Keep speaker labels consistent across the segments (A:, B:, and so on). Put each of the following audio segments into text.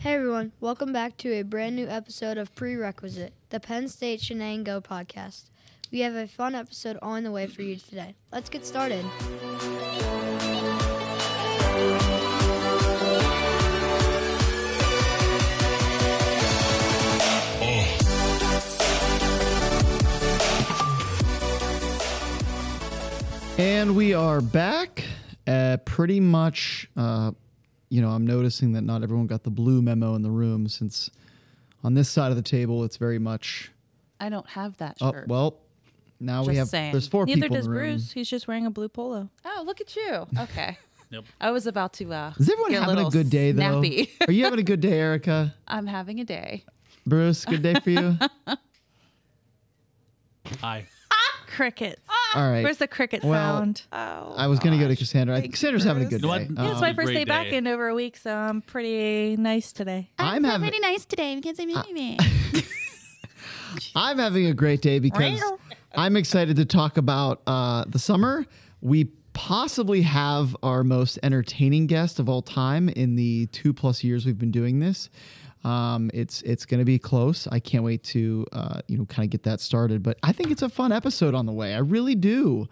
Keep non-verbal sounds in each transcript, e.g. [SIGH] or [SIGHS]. A: Hey everyone, welcome back to a brand new episode of Prerequisite, the Penn State Shenango podcast. We have a fun episode on the way for you today. Let's get started.
B: And we are back. Uh, pretty much, uh, you know, I'm noticing that not everyone got the blue memo in the room since on this side of the table, it's very much,
C: I don't have that
B: oh,
C: shirt.
B: well, now we
C: Just
B: have,
C: saying.
B: there's four
D: Neither
B: people
D: does
B: in the room.
D: Bruce. He's just wearing a blue polo.
C: oh, look at [LAUGHS] you. Okay. Nope. I was about to. Uh,
B: Is everyone
C: get
B: having a
C: little
B: good day, though?
C: snappy.
B: are you having a good day, Erica?
C: [LAUGHS] I'm having a day.
B: Bruce, good day for you?
E: Hi.
D: Crickets.
B: All right.
D: Ah! Where's the cricket
B: Well, uh,
D: sound?
B: I was going to go to Cassandra. I think Cassandra's having a good
E: You know
B: day.
E: what?
B: Uh,
D: it's my first
E: Um, great
D: day back
E: day.
D: in over a week, so I'm pretty nice today.
B: I'm having
C: nice today because I'm leaving.
B: [LAUGHS] I'm having a great day because I'm excited to talk about uh, the summer. We possibly have our most entertaining guest of all time in the two plus years we've been doing this. Um, it's it's going to be close. I can't wait to uh, you know kind of get that started. But I think it's a fun episode on the way. I really do,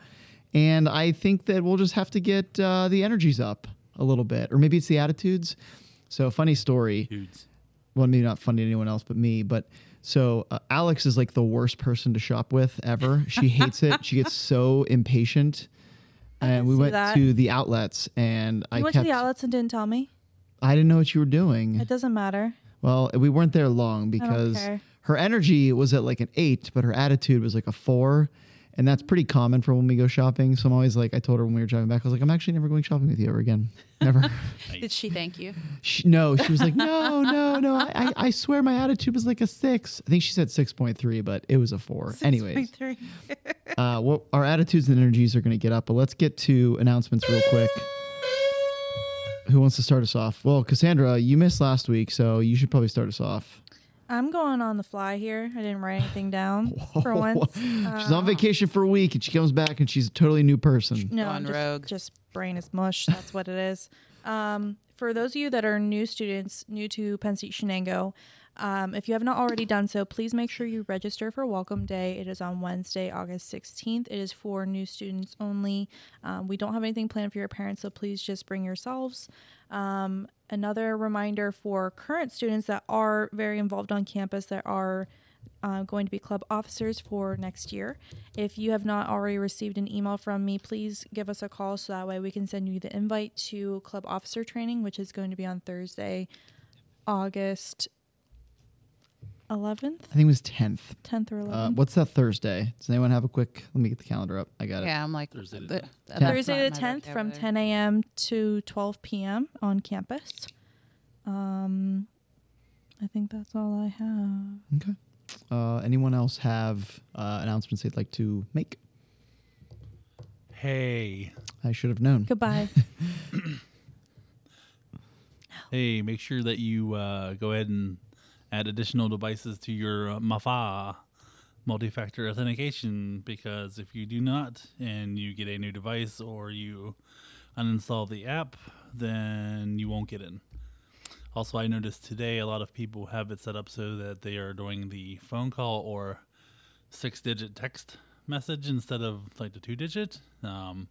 B: and I think that we'll just have to get uh, the energies up a little bit, or maybe it's the attitudes. So funny story
E: Dudes.
B: well, maybe not fun to anyone else but me, but so uh, Alex is like the worst person to shop with ever. She hates it. She gets so impatient. And we
D: see
B: went
D: that.
B: to the outlets, and I
D: You went
B: kept.
D: to the outlets and didn't tell me.
B: I didn't know what you were doing.
D: It doesn't matter.
B: Well, we weren't there long because
D: care.
B: her energy was at like an eight, but her attitude was like a four. And that's pretty common for when we go shopping. So I'm always like, I told her when we were driving back, I was like, I'm actually never going shopping with you ever again.
D: [LAUGHS]
B: Never.
C: Did she
B: [LAUGHS]
C: thank you?
B: She, no, she was like, no, no, no. I, I, I swear my attitude was like a six. I think she said 6.3, but it was a four. Anyways, uh, what our attitudes and energies are going to get up, but let's get to announcements real quick. Who wants to start us off? Well, Cassandra, you missed last week, so you should probably start us off.
D: I'm going on the fly here. I didn't write
B: [LAUGHS]
D: anything down for once.
B: she's on vacation for a week and she comes back and she's a totally new person.
D: No,
C: Gone
D: I'm just,
C: rogue.
D: just brain is mush. That's what it is. Um, for those of you that are new students, new to Penn State Shenango, um, if you have not already done so, please make sure you register for Welcome Day. It is on Wednesday, August 16th. It is for new students only. Um, we don't have anything planned for your parents, so please just bring yourselves. Um, another reminder for current students that are very involved on campus, that are uh, going to be club officers for next year. If you have not already received an email from me, please give us a call so that way we can send you the invite to club officer training, which is going to be on Thursday, August 11th,
B: I think it was 10th.
D: 10th or 11th.
B: Uh, what's that Thursday? Does anyone have a quick? Let me get the calendar up. I got it.
C: Yeah, I'm like
E: Thursday the
C: th-
E: tenth.
C: that's not
D: Thursday
C: in
D: the
C: my
D: 10th from
C: vocabulary.
D: 10 a.m. to 12 p.m. on campus. Um, I think that's all I have.
B: Okay. Uh, anyone else have uh, announcements they'd like to make?
E: Hey.
B: I should have known.
D: Goodbye.
E: Hey, make sure that you uh, go ahead and add additional devices to your uh, MAFA multi factor authentication because if you do not and you get a new device or you uninstall the app, then you won't get in. Also, I noticed today a lot of people have it set up so that they are doing the phone call or six digit text message instead of like the two digit. Um,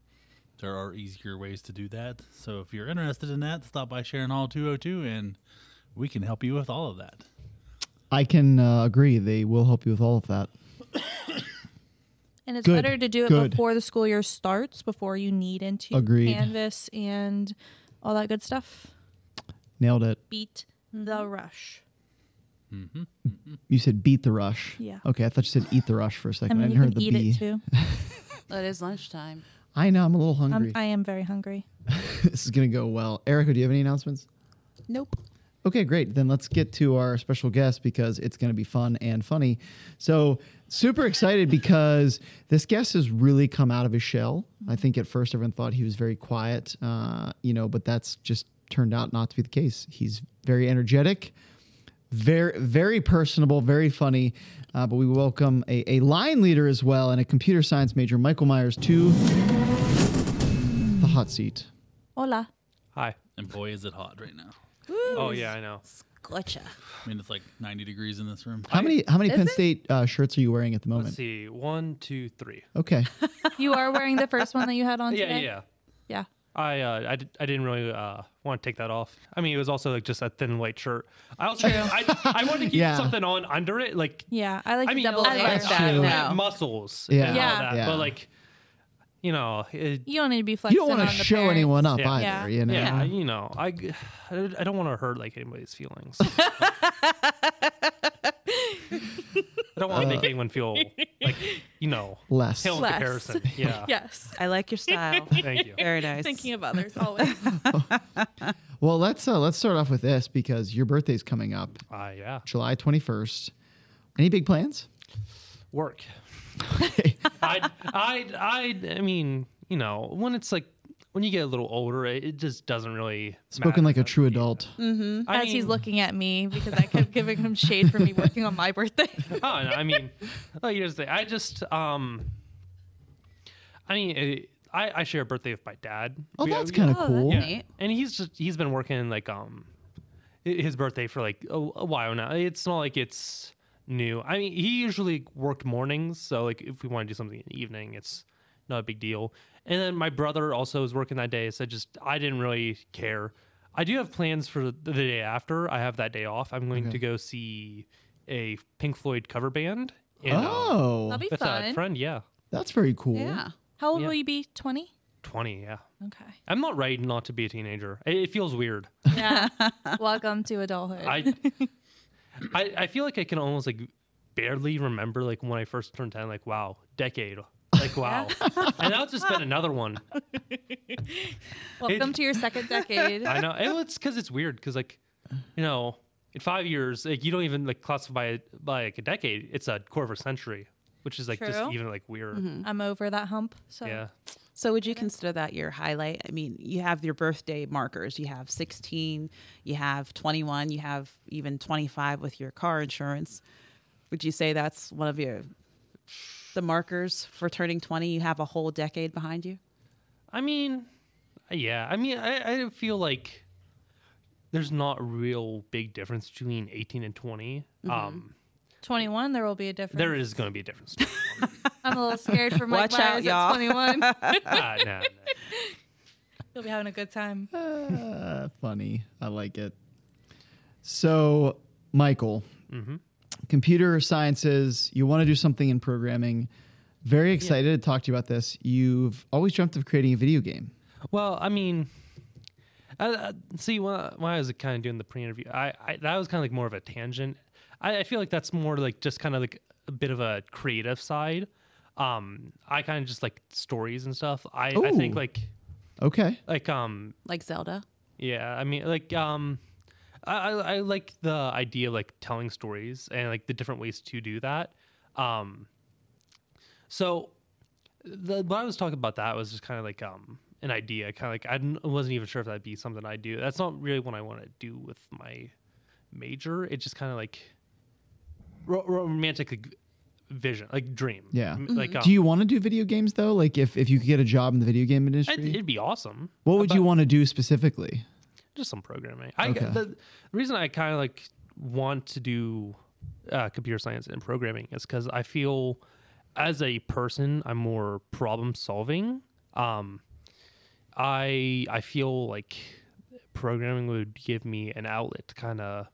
E: there are easier ways to do that. So if you're interested in that, stop by Sharon Hall 202 and we can help you with all of that.
B: I can uh, agree. They will help you with all of that.
D: And it's
B: Good,
D: better to do it
B: good.
D: before the school year starts, before you need into
B: Agreed.
D: Canvas and all that good stuff.
B: Nailed it.
D: Beat
F: Mm-hmm.
D: the rush.
B: You said beat the rush.
D: Yeah.
B: Okay, I thought you said eat the rush for a
D: I
B: second. I,
D: mean, you
B: didn't hear
D: can
B: the
D: eat
B: B.
D: it
B: [LAUGHS]
D: too.
C: That is lunchtime.
B: I know. I'm a little hungry.
D: I'm, I am very hungry.
B: [LAUGHS] this is gonna go well. Erica, do you have any announcements?
C: Nope.
B: Okay, great. Then let's get to our special guest because it's going to be fun and funny. So, super excited because this guest has really come out of his shell. I think at first everyone thought he was very quiet, uh, you know, but that's just turned out not to be the case. He's very energetic, very, very personable, very funny. Uh, but we welcome a, a line leader as well and a computer science major, Michael Myers, to the hot seat.
D: Hola.
F: Hi.
E: And boy, is it hot right now.
F: Oh yeah, I know.
C: Gotcha.
E: I mean, it's like 90 degrees in this room.
B: How many how many
D: Is
B: Penn
D: it?
B: State uh, shirts are you wearing at the
F: Let's
B: moment?
F: see. One, two, three.
D: [LAUGHS]
B: Okay.
D: You are wearing the first one that you had on
F: [LAUGHS] Yeah,
D: today.
F: yeah.
D: Yeah.
F: I uh, I, d- I didn't really uh, want to take that off. I mean, it was also like just a thin white shirt. I also I, I wanted to keep
B: Yeah.
F: something on under it, like
D: Yeah, I like
F: I
D: the
F: mean, oh,
D: double
F: I
C: I like
D: layer.
B: That's
C: that
B: true.
F: I have
C: now.
F: muscles.
B: Yeah.
F: and all
D: Yeah.
F: that,
B: Yeah.
F: But like, you know, it,
D: You don't need to be
B: You
D: flexing.
B: don't want
D: want
B: to show anyone up
F: Yeah.
B: either,
D: Yeah.
B: you know.
F: yeah, you know, I g- I don't want to hurt like anybody's feelings. I don't want to make
B: Uh.
F: anyone feel like you know
B: Less.
F: pale in
C: Less.
F: comparison.
D: [LAUGHS]
F: Yeah.
D: Yes.
C: I like your style.
F: Thank you.
C: Very nice.
D: Thinking of others always.
B: Well, let's uh, let's start off with this because your birthday's coming up,
F: Uh, yeah.
B: July 21st. Any big plans?
D: [LAUGHS]
F: Work. I I I I mean, you know, when it's like when you get a little older, it, it just doesn't really
B: Spoken
F: matter.
B: like a true adult.
F: [LAUGHS]
D: Mm.
F: I
D: Mm-hmm. As he's
F: mean-
D: looking at me because I kept giving him
B: [LAUGHS]
D: shade for me working on my birthday.
F: [LAUGHS] oh, no, I mean, oh, like, here's the thing. I just, um, I mean, it, I, I share a birthday with my dad.
B: Oh,
F: We-
B: that's
F: we-
B: kind of
C: Oh,
B: cool.
C: that's neat.
F: And he's just, he's been working like, um, hi- his birthday for like a, a while now. It's not like it's new. I mean, he usually worked mornings. So, like, if we want to do something in the evening, it's not a big deal. And then my brother also was working that day. So, I just, I didn't really care. I do have plans for the the day after. I have that day off. I'm going to go see a Pink Floyd cover band. in, um,
B: Oh,
D: That'll be
F: with a
D: fun.
F: friend, yeah.
B: that's very cool.
C: Yeah.
D: How old
F: Yeah.
D: will you be? Twenty.
F: 20, yeah.
D: Okay.
F: I'm not right not to be a teenager. It, it feels weird.
D: Yeah. [LAUGHS] Welcome to adulthood.
F: I, I I feel like I can almost like barely remember like when I first turned 10, like, wow, decade. Like, wow. and that's just been another
D: [LAUGHS]
F: one.
D: Welcome
F: it-
D: to your
F: [LAUGHS]
D: second decade.
F: I know. And it's because it's weird because, like, you know, in five years, like, you don't even like classify it by like a decade. It's a quarter of a century, which is like just
D: True.
F: even like weird.
D: I'm over that hump. So
F: Yeah.
C: So would you consider that your highlight? I mean, you have your birthday markers. You have 16, you have 21, you have even 25 with your car insurance. Would you say that's one of your the markers for turning 20? You have a whole decade behind you.
F: I mean, yeah. I mean, I, I feel like there's not real big difference between 18 and 20.
D: Mm-hmm.
F: Um,
D: 21, there will be a difference.
F: there is going to be a difference.
D: I'm a little scared
F: [LAUGHS]
D: for my
C: Watch out,
D: eyes
C: y'all.
D: at 21.
F: Ah, nah, nah.
D: You'll be having a good time.
F: Uh-huh.
B: Uh, funny. I like it. So, Michael,
F: Mm-hmm.
B: computer sciences, you want to do something in programming. Very excited to talk to you about this. You've always dreamt of creating a video game.
F: [LAUGHS] Well, I mean, I, I, see, when I, when I was kind of doing the pre-interview, I, I that was kind of like more of a tangent. I, I feel like that's more like just kind of like a bit of a creative side. Um, I kind of just like stories and stuff. I, I think
B: Ooh.
F: like
B: Okay.
F: like um
C: Like Zelda.
F: Yeah, I mean, like, um, I, I, I like the idea of like telling stories and like the different ways to do that. Um, so the what I was talking about that was just kind of like um an idea, kind of like I didn't- I wasn't even sure if that'd be something I do. That's not really what I want to do with my major. It's just kind of like ro- romantic like, vision, like dream.
B: Yeah.
F: M- Like,
D: Mm-hmm.
F: um,
B: Do you want to do video games though? Like, if, if you could get a job in the video game
F: I'd-
B: industry,
F: it'd be awesome.
B: what would
F: but-
B: you want to do specifically?
F: just some programming. I
B: Okay.
F: the reason I kind of like want to do uh, computer science and programming is because I feel as a person I'm more problem solving. Um, I I feel like programming would give me an outlet to kind of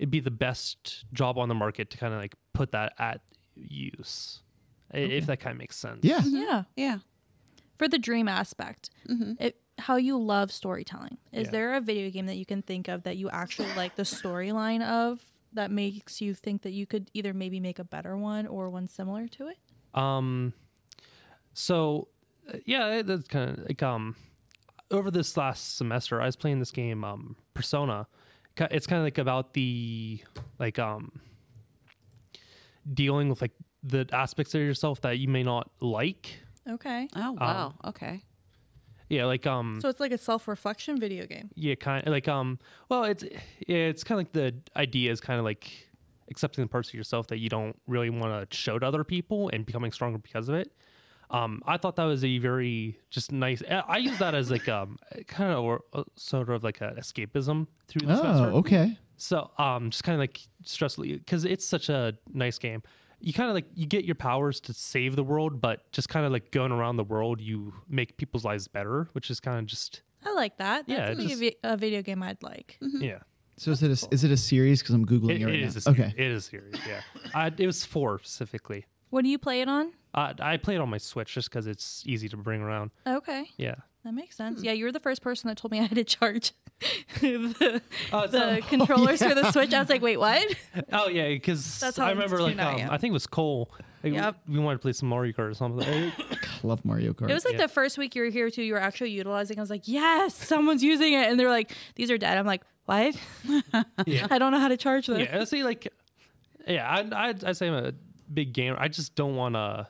F: it'd be the best job on the market to kind of like put that at use, i- if that kind of makes sense.
B: Yeah. Oh,
D: Yeah. Mm-hmm.
C: Yeah.
D: For the dream aspect, it, how you love storytelling. Is
F: Yeah.
D: there a video game that you can think of that you actually like the storyline of that makes you think that you could either maybe make a better one or one similar to it?
F: Um, so uh, yeah, it- that's kind of like um, over this last semester, I was playing this game, um, Persona. Ki- It's kind of like about the like um dealing with like the aspects of yourself that you may not like.
D: Okay.
C: Oh wow. okay.
F: Yeah, like um,
D: So it's like a self reflection video game.
F: yeah, kind of like um, well, it's yeah, it's kind of like the idea is kind of like accepting the parts of yourself that you don't really want to show to other people and becoming stronger because of it. Um, I thought that was a very just nice. I I use that as like um, kind of or uh, sort of like an escapism through the
B: Oh,
F: semester.
B: okay.
F: So um, just kind of like stress because it's such a nice game. You kind of like you get your powers to save the world, but just kind of like going around the world, you make people's lives better, which is kind of just
D: I like that. That's
F: Yeah, it
D: something
F: just-
D: a, vi- a video game I'd like.
F: yeah.
B: So is it a, is it a series? Because I'm googling
F: It,
B: it, right
F: it
B: now.
F: is a series.
B: okay.
F: It is a series. Yeah, I, it was four specifically.
D: What do you play it on?
F: Uh, I play it on my Switch just because it's easy to bring around.
D: Okay,
F: Yeah.
D: that makes
F: Hmm.
D: sense. Yeah, you were the first person that told me [LAUGHS] I had to charge the,
F: [LAUGHS] Oh, it's
D: the
F: on-
D: controllers for the Switch. I was like, wait, what?
F: Oh yeah, because
D: That's how
F: I remember like
D: tuned I
F: um,
D: am.
F: I think it was Cole. Like,
D: Yep.
F: We wanted to play some Mario Kart
D: [LAUGHS]
F: or something.
B: Love Mario Kart.
D: [LAUGHS] It was like
F: Yeah.
D: the first week you were here too. You were actually utilizing. I was like, yes, someone's using it, and they're like, these are dead. I'm like, what? [LAUGHS]
F: Yeah.
D: I don't know how to charge them.
F: yeah, I say like, yeah, I I I say I'm a big gamer. I just don't want to.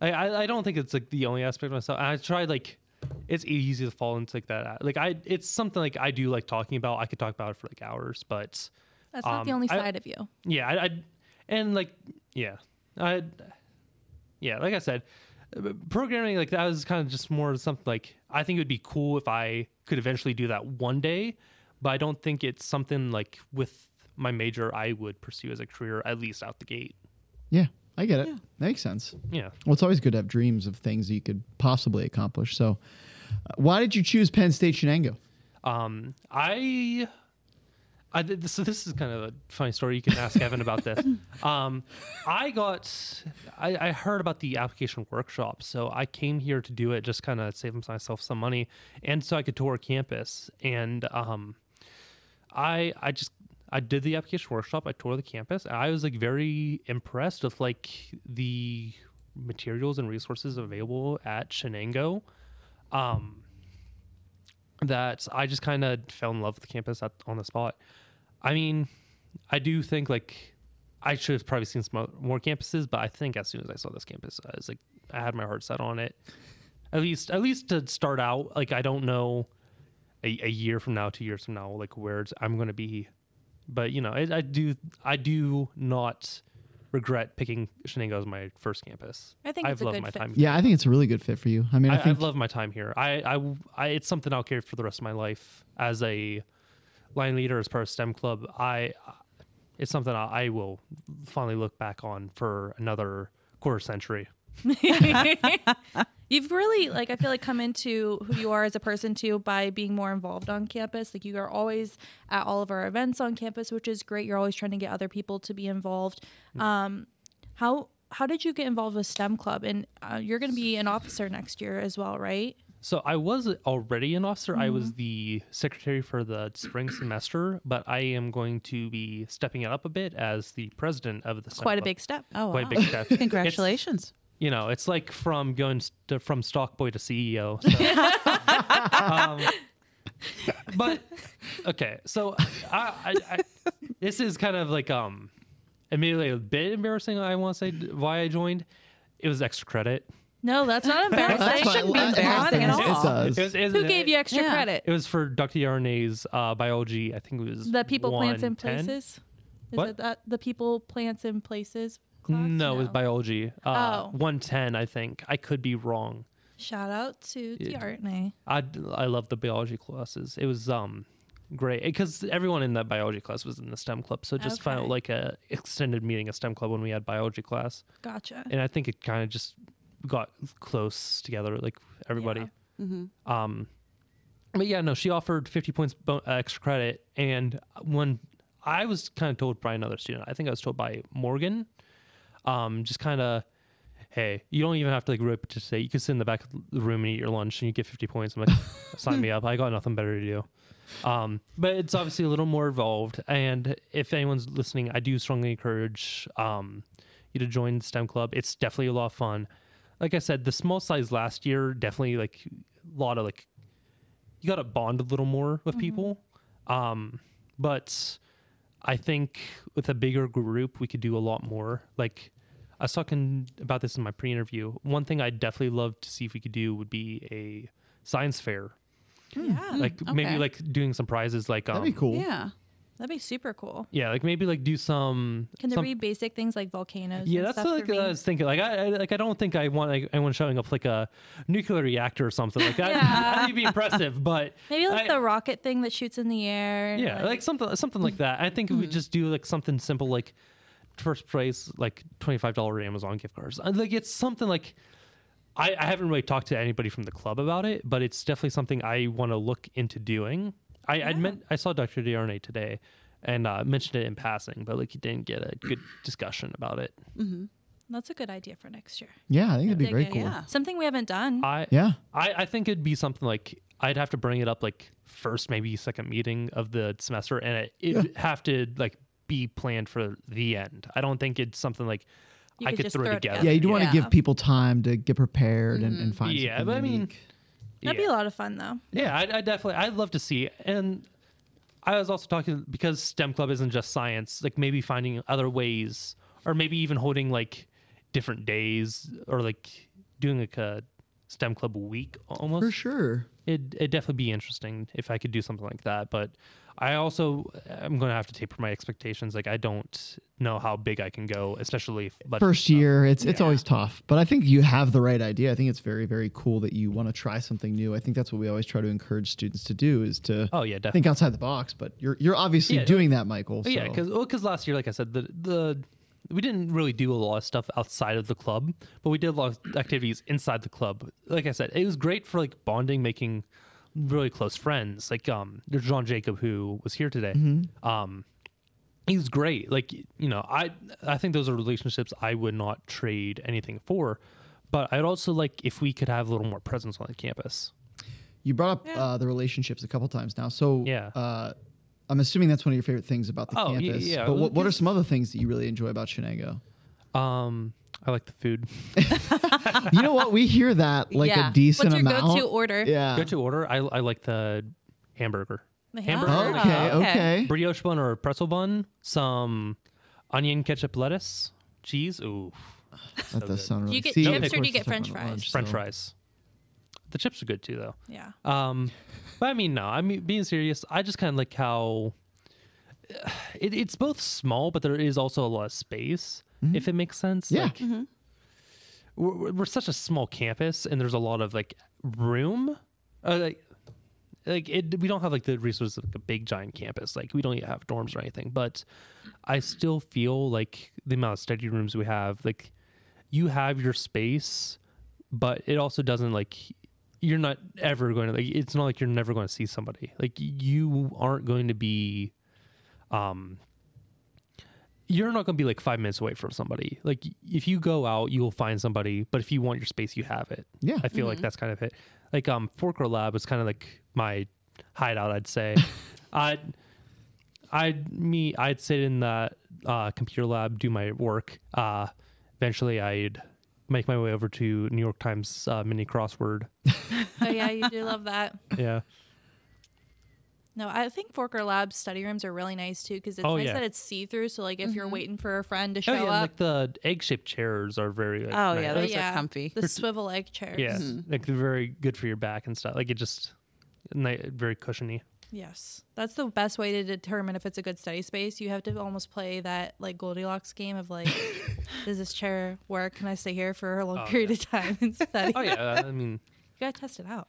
F: I, I I don't think it's like the only aspect of myself. I try like, it's e-, easy to fall into like that. Like I, it's something like I do like talking about. I could talk about it for like hours, but
D: That's not the
F: Um,
D: only
F: I-
D: side of you.
F: yeah, I, I and like yeah, I yeah, like I said, uh, programming like that was kind of just more something like I think it would be cool if I could eventually do that one day, but I don't think it's something like with my major I would pursue as a career at least out the gate.
B: yeah, I get it. Makes sense.
F: Yeah.
B: Well, it's always good to have dreams of things that you could possibly accomplish. So, uh, why did you choose Penn State Shenango?
F: Um, I, I did this, so this is kind of a funny story. You can ask Evan about this. Um, I got, I, I heard about the application workshop, so I came here to do it, just kind of save myself some money, and so I could tour campus. And um, I, I just. I did the application workshop. I toured the campus. And I was like very impressed with like the materials and resources available at Shenango that I just kind of fell in love with the campus at, on the spot. I mean, I do think like I should have probably seen some o- more campuses, but I think as soon as I saw this campus, I was like, I had my heart set on it. At least, at least to start out, like I don't know a, a year from now, two years from now, like where it's, I'm going to be, but you know, I, I do, I do not regret picking Shenango as my first campus.
D: I think
F: I've
D: it's a
F: loved
D: good
F: my
D: fit.
F: time.
B: Yeah, I think it's a really good fit for you. I mean, I,
F: I,
B: think
F: I've loved my time here. I, I, I, it's something I'll carry for the rest of my life as a line leader, as part of STEM club. I, it's something I, I will finally look back on for another quarter century.
D: [LAUGHS] You've really like I feel like come into who you are as a person too by being more involved on campus. Like you are always at all of our events on campus, which is great. You're always trying to get other people to be involved. Um, how how did you get involved with STEM Club? And uh, you're going to be an officer next year as well, right?
F: So I was already an officer. I was the secretary for the spring semester, but I am going to be stepping it up a bit as the president of the. STEM
D: Quite a
F: club.
D: big step.
C: Oh,
F: Quite
C: wow.
F: a
C: [LAUGHS]
F: big step. It's-
C: Congratulations.
F: you know, it's like from going st- from stock boy to CEO. So.
D: [LAUGHS]
F: um, but okay, so I, I, I, this is kind of like um, immediately a bit embarrassing. I want to say d- why I joined. It was extra credit.
D: No, that's not embarrassing.
C: That's
D: It
C: fine.
D: shouldn't be
C: Well, that's
D: embarrassing at
C: fine.
D: all.
B: It does.
C: It's
F: It was, it was-
D: Who gave you extra
C: Yeah.
D: credit?
F: It was for Dr. Yarnay's uh, biology. I think it was
D: the people, plants, and
F: 110.
D: places. Is
F: What?
D: it that the people, plants, and places? Class?
F: No, it was biology. Uh,
D: Oh.
F: 110, I think. I could be wrong.
D: Shout out to
F: Yeah.
D: Tiartney.
F: I I love the biology classes. It was um great because everyone in that biology class was in the STEM club, so it just
D: Okay.
F: felt like a extended meeting of STEM club when we had biology class,
D: Gotcha.
F: and I think it kind of just got close together, like everybody.
C: Mm-hmm.
F: Um, but yeah, no, she offered fifty points bo- uh, extra credit, and when I was kind of told by another student, I think I was told by Morgan, um, just kind of. Hey, you don't even have to like rip to say. You could sit in the back of the room and eat your lunch, and you get fifty points. I'm like, sign me up. I got nothing better to do. Um, but it's obviously a little more involved. And if anyone's listening, I do strongly encourage um, you to join the STEM club. It's definitely a lot of fun. Like I said, the small size last year definitely like a lot of like you got to bond a little more with people. Um, but I think with a bigger group, we could do a lot more. Like I was talking about this in my pre-interview. One thing I'd definitely love to see if we could do would be a science fair.
C: Yeah.
F: Like maybe
C: okay.
F: like doing some prizes like um
B: that'd be cool.
C: Yeah.
D: That'd be super cool.
F: Yeah, like maybe like do some.
D: Can there
F: some-
D: be basic things like volcanoes?
F: Yeah,
D: and
F: that's
D: stuff
F: like
D: for
F: what I
D: me?
F: was thinking. Like I, I like I don't think I want like, anyone showing up like a nuclear reactor or something like that. [LAUGHS]
D: Yeah.
F: That'd be impressive, but
D: Maybe like
F: I-
D: the rocket thing that shoots in the air.
F: yeah, like, something something like that. I think if we just do like something simple like first place like twenty five dollar Amazon gift cards. Uh, Like it's something like I, I haven't really talked to anybody from the club about it, but it's definitely something I want to look into doing. I I meant I saw Dr. DRNA today and uh, mentioned it in passing, but like he didn't get a good discussion about it.
D: that's a good idea for next year.
B: Yeah, I think it'd be
D: Dig
B: very
D: it.
B: cool.
C: Yeah.
D: Something we haven't done.
F: I
B: Yeah.
F: I, I think it'd be something like I'd have to bring it up like first, maybe second meeting of the semester, and it, it'd have to like be planned for the end. I don't think it's something like
D: You
F: I
D: could
F: could
D: just
F: throw,
D: throw it
F: together.
B: Yeah, you do want to
D: Yeah.
B: give people time to get prepared and, and find
F: Yeah,
B: something
F: but I mean,
B: unique.
D: That'd be a lot of fun though.
F: Yeah, I, I definitely I'd love to see and. I was also talking because STEM Club isn't just science, like maybe finding other ways or maybe even holding like different days or like doing like a STEM Club week almost.
B: for sure.
F: It it'd definitely be interesting if I could do something like that, but I also I'm going to have to taper my expectations. Like I don't know how big I can go, especially if budget
B: First
F: stuff.
B: year, it's it's always tough, but I think you have the right idea. I think it's very very cool that you want to try something new. I think that's what we always try to encourage students to do is to
F: Oh yeah,
B: think
F: definitely.
B: outside the box. But you're you're obviously
F: Yeah.
B: doing that, Michael. So.
F: Yeah, 'cause yeah, because last year, like I said, the the we didn't really do a lot of stuff outside of the club, but we did a lot of activities inside the club. Like I said, it was great for like bonding, making really close friends. Like um, there's John Jacob who was here today. Um, he was great. Like you know, I I think those are relationships I would not trade anything for. But I'd also like if we could have a little more presence on the campus.
B: You brought up uh, the relationships a couple times now. So
F: Yeah.
B: uh, I'm assuming that's one of your favorite things about the
F: Oh, y-
B: campus.
F: yeah.
B: But
F: Well,
B: what, what are
F: 'cause-
B: some other things that you really enjoy about Shenango?
F: Um, I like the food.
B: [LAUGHS] you know what? We hear that like
C: Yeah.
B: a decent
D: What's your
B: amount.
D: go-to order?
B: Yeah.
F: Go to order. I I like the hamburger.
D: The
F: Hamburger.
D: hamburger.
B: Okay,
C: Oh,
B: okay.
C: okay.
F: brioche bun or pretzel bun, some onion ketchup lettuce, cheese, ooh,
B: That does sound
D: Do
B: really
D: you get
B: See,
D: chips
B: of
D: or do
B: course
D: you get
B: it's different
D: french
B: at
D: fries?
B: lunch,
F: french
B: so-
F: fries. The chips are good too though.
D: Yeah.
F: Um, but I mean, no, I mean, being serious, I just kind of like how [SIGHS] it, it's both small, but there is also a lot of space, if it makes sense.
B: Mm-hmm. Yeah.
F: Like, we're, we're- we're such a small campus, and there's a lot of like room. Uh, like, like it, we don't have like the resources of like a big giant campus. Like we don't have dorms or anything, but I still feel like the amount of study rooms we have, like you have your space, but it also doesn't like you're not ever going to like it's not like you're never going to see somebody. Like you aren't going to be um you're not going to be like 5 minutes away from somebody. Like if you go out, you'll find somebody, but if you want your space, you have it.
B: Yeah.
F: I feel
C: Mm-hmm.
F: like that's kind of it. Like um Forker Lab was kind of like my hideout, I'd say.
C: [LAUGHS]
F: I I'd me I'd sit in that uh, computer lab, do my work. Uh, eventually, I'd make my way over to New York Times uh, mini crossword.
D: oh yeah, you do love that.
C: [LAUGHS]
F: Yeah,
D: No, I think Forker Lab's study rooms are really nice too because it's
F: Oh,
D: nice
F: yeah.
D: that it's see through. So like if
B: Mm-hmm.
D: you're waiting for a friend to show
F: oh yeah, and,
D: up,
F: like the egg shaped chairs are very like,
C: Oh
F: nice.
C: yeah, Mm-hmm. those
D: Yeah.
C: are comfy.
D: the swivel leg chairs.
F: yeah, like they're very good for your back and stuff. Like it just ni- very cushiony.
D: Yes, that's the best way to determine if it's a good study space. You have to almost play that like Goldilocks game of
F: [LAUGHS]
D: like, does this chair work? Can I stay here for a long period of time
F: [LAUGHS]
D: and study?
F: Oh yeah, I mean
D: You gotta test it out.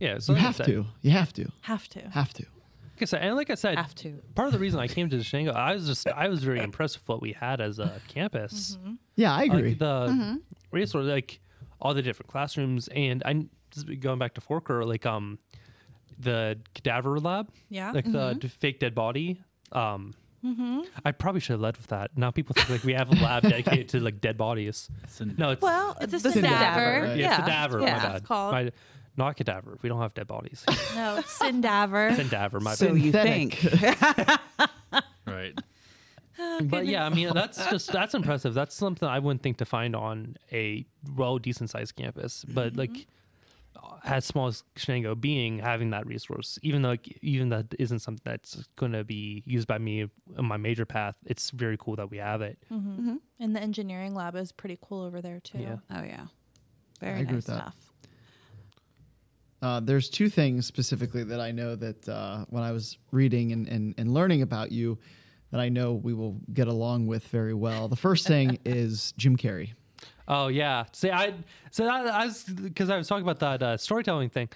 F: yeah. So
B: You
F: like I
B: have
F: said-
B: to. You have to.
D: Have to.
B: Have to.
F: Like I said, and like I said,
C: Have to.
F: part of the reason I came to the Shango, I was just I was very impressed with what we had as a campus.
B: Yeah, I agree.
F: Like the resource, like all the different classrooms, and I just going back to Forker, like um, the cadaver lab,
D: Yeah.
F: like the d- fake dead body. Um, I probably should have led with that. Now people think like we have a lab dedicated to like dead bodies.
E: Syn-
F: No, it's
C: Well,
D: It's a
C: the
D: cadaver.
C: cadaver.
B: Right.
F: yeah, it's cadaver.
C: yeah.
F: My bad.
D: It's called.
F: My, not cadaver. We don't have dead bodies.
D: No, it's [LAUGHS] Sindaver.
F: Cadaver. My
C: So
F: bad.
C: you
B: Synthetic.
C: think?
E: right.
F: [LAUGHS] But yeah, I mean that's just that's impressive. That's something I wouldn't think to find on a well decent sized campus. But like uh, as small as Shenango being having that resource, even though like, even that isn't something that's going to be used by me in my major path, it's very cool that we have it.
D: And the engineering lab is pretty cool over there too.
F: Yeah.
C: Oh yeah, very
B: agree
C: nice
B: with that.
C: stuff.
B: Uh, there's two things specifically that I know that uh, when I was reading and, and, and learning about you, that I know we will get along with very well. The first
D: [LAUGHS]
B: thing is Jim Carrey.
F: Oh yeah. See, I so that, I was because I was talking about that uh, storytelling thing.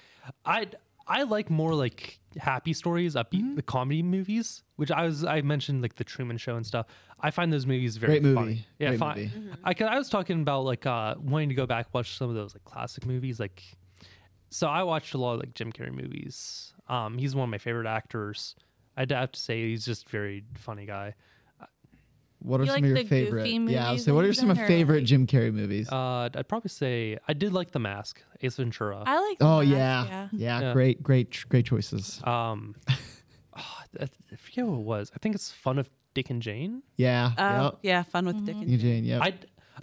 F: I I like more like happy stories, upbeat,
B: Mm-hmm.
F: the comedy movies, which I was I mentioned like the Truman Show and stuff. I find those movies very
B: Great movie.
F: funny. Yeah,
B: Great
F: fine.
B: movie.
F: I could, I was talking about like uh, wanting to go back watch some of those like classic movies. Like, so I watched a lot of like Jim Carrey movies. Um, he's one of my favorite actors. I'd have to say he's just very funny guy.
B: What are
D: You
B: some
D: like
B: of
D: the
B: your
D: goofy
B: favorite? Yeah,
D: movies
B: so what
D: that
B: are
D: he's
B: some of
D: in,
B: your
D: or
B: favorite
D: like-
B: Jim Carrey movies?
F: Uh, I'd probably say I did like The Mask, Ace Ventura.
D: I like.
B: oh
D: that,
B: yeah. yeah,
F: Yeah.
B: great, great, great choices.
F: um, [LAUGHS] ah, I I forget what it was. I think it's Fun of Dick and Jane.
B: yeah,
C: Uh,
B: yep. E
C: Yeah, fun with Dick and
B: Eugene, yep.
F: I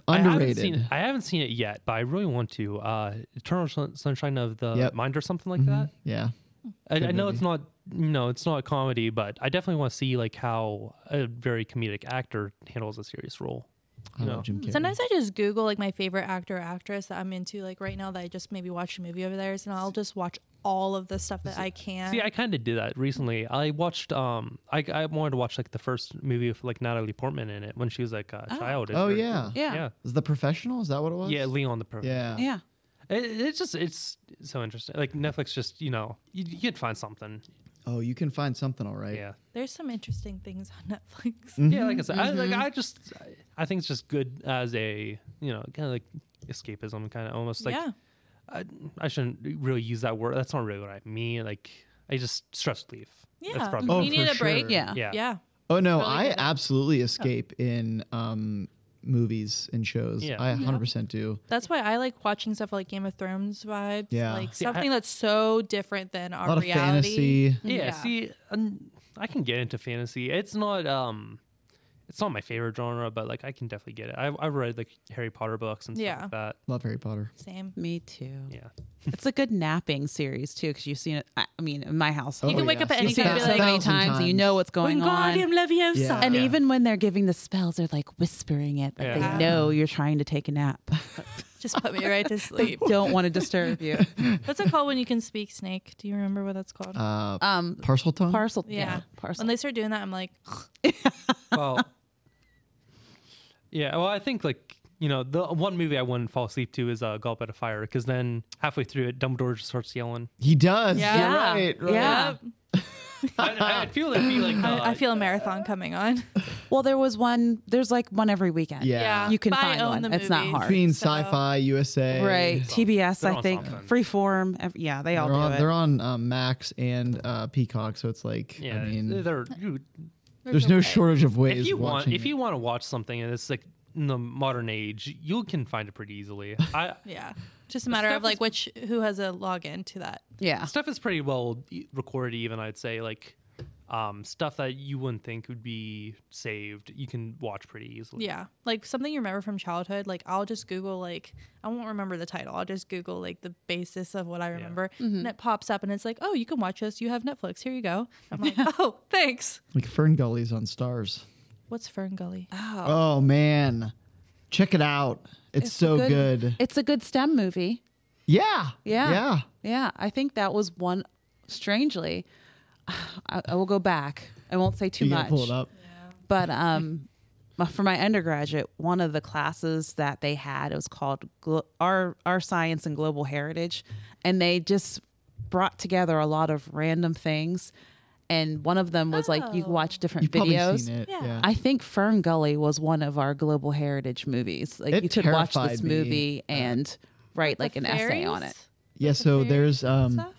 F: I haven't seen
B: Underrated.
F: it. I haven't seen it yet, but I really want to. Uh, Eternal Sun- Sunshine of the
B: Yep.
F: Mind or something like that.
B: Mm-hmm. yeah.
F: I, I know it's
B: movie.
F: not you know it's not a comedy, but I definitely want to see like how a very comedic actor handles a serious role.
B: I
F: No.
B: love Jim Carrey.
D: Sometimes I just Google like my favorite actor or actress that I'm into, like right now that I just maybe watched a movie over theirs, and I'll just watch all of the stuff that I can.
F: See, I kind of did that recently. I watched um I, I wanted to watch like the first movie with like Natalie Portman in it when she was like a child. It's
B: Oh,
F: very cool.
B: yeah.
C: Yeah.
F: yeah,
B: Is the professional? Is that what it was?
F: yeah. Leon the Pro.
B: yeah.
C: Jane. Yeah.
F: It, it's just it's so interesting. Like Netflix, just you know, you, you can find something.
B: Oh, you can find something, all right.
F: Yeah,
D: There's some interesting things on [LAUGHS] Netflix.
B: Mm-hmm.
F: yeah. Like I said, I, like I just I think it's just good as a you know kind of like escapism, kind of almost like
D: yeah,
F: I, I shouldn't really use that word. That's not really what I mean. Like I just stress relief. That's
D: yeah.
F: probably
B: Oh,
D: you need
B: for
D: a break.
B: sure.
C: Mm-hmm. Yeah.
F: yeah.
D: yeah.
B: Oh no,
D: Really
B: I
D: good.
B: absolutely escape in um, movies and shows.
F: Yeah.
B: I 100 percent do.
D: That's why I like watching stuff like Game of Thrones vibes.
B: Yeah.
D: like
F: See, I-
D: something that's so different than
B: A
D: our
B: lot of
D: reality.
B: fantasy.
F: Yeah,
D: Yeah.
F: see, um, I can get into fantasy. It's not um, it's not my favorite genre, but like I can definitely get it. I I've read like Harry Potter books and stuff
D: Yeah.
F: like that.
B: Love Harry Potter.
D: Same.
C: Me too.
F: Yeah,
C: It's a good napping series too, because you've seen it. I I mean, in my house,
B: Oh,
D: You can wake up
B: yes.
D: at any
C: you've seen it
D: time and
C: so
D: be
B: Yeah.
D: like,
C: many
B: Thousand
C: times, and you
B: times.
C: know what's going on.
D: Wingardium Leviosa.
B: Yeah.
C: And
F: Yeah.
C: even when they're giving the spells, they're like whispering it. Like
F: Yeah.
C: they know you're trying to take a nap. [LAUGHS]
D: Just put me right
B: [LAUGHS]
D: to sleep.
C: Don't want to disturb you.
D: What's it called when you can speak snake? Do you remember what that's called?
B: Uh,
C: Um,
B: parcel tongue.
C: parcel.
D: yeah.
C: parcel.
D: When they start doing that, I'm like,
F: well, yeah. Well, I think like you know the one movie I wouldn't fall asleep to is uh, Gulp at a Fire because then halfway through it, Dumbledore just starts yelling.
B: he does.
D: Yeah.
B: You're right, right.
C: Yeah.
F: [LAUGHS] I, I feel it'd be like [LAUGHS] uh,
D: I, I feel a marathon coming
F: [LAUGHS]
D: on.
C: Well, there was one. There's like one every weekend.
B: Yeah.
C: You can
D: But I
C: find
D: own
C: one.
D: the
C: It's not
D: movies.
C: hard.
B: Between
D: So-
B: Sci-Fi USA.
C: Right. TBS,
F: They're
C: I
F: on
C: think.
F: something.
C: Freeform. ev- yeah, they all
B: They're
C: do
B: on,
C: it.
B: they're on um, Max and uh, Peacock, so it's like
F: Yeah,
B: I mean,
F: they're, dude,
B: there's no shortage of ways.
F: if you want,
B: watching
F: if you want to watch something and it's like in the modern age, you can find it pretty [LAUGHS] easily. I
D: Yeah. Just a matter
F: stuff
D: of like
F: is-
D: which who has a login to that.
C: yeah.
F: stuff is pretty well e- recorded. Even I'd say like um, stuff that you wouldn't think would be saved, you can watch pretty easily.
D: Yeah. Like something you remember from childhood, like I'll just Google like I won't remember the title. I'll just Google like the basis of what I remember.
C: Mm-hmm.
D: And it pops up and it's like, Oh, you can watch this. You have Netflix. Here you go.
C: [LAUGHS]
D: I'm like, Oh, thanks.
B: like Fern Gully's on Stars.
D: What's Fern Gully?
B: Oh, man, check it out. It's, so good.
C: It's a good STEM movie.
B: Yeah.
C: Yeah.
B: Yeah.
C: Yeah. I think that was one, strangely, [SIGHS] I, I will go back. I won't say too
B: you gotta
C: much.
B: pull it up.
C: But um, [LAUGHS] my- for my undergraduate, one of the classes that they had it was called Glo- our our science and global heritage, and they just brought together a lot of random things, and one of them was like you could watch different
B: You've probably
C: videos.
B: seen it.
D: Yeah.
B: yeah.
C: I think Fern Gully was one of our global heritage movies. Like
B: It
C: you could watch this
B: terrified me.
C: movie and write like an essay on it.
B: Yeah, so
D: fairy
B: there's um
D: Stuff?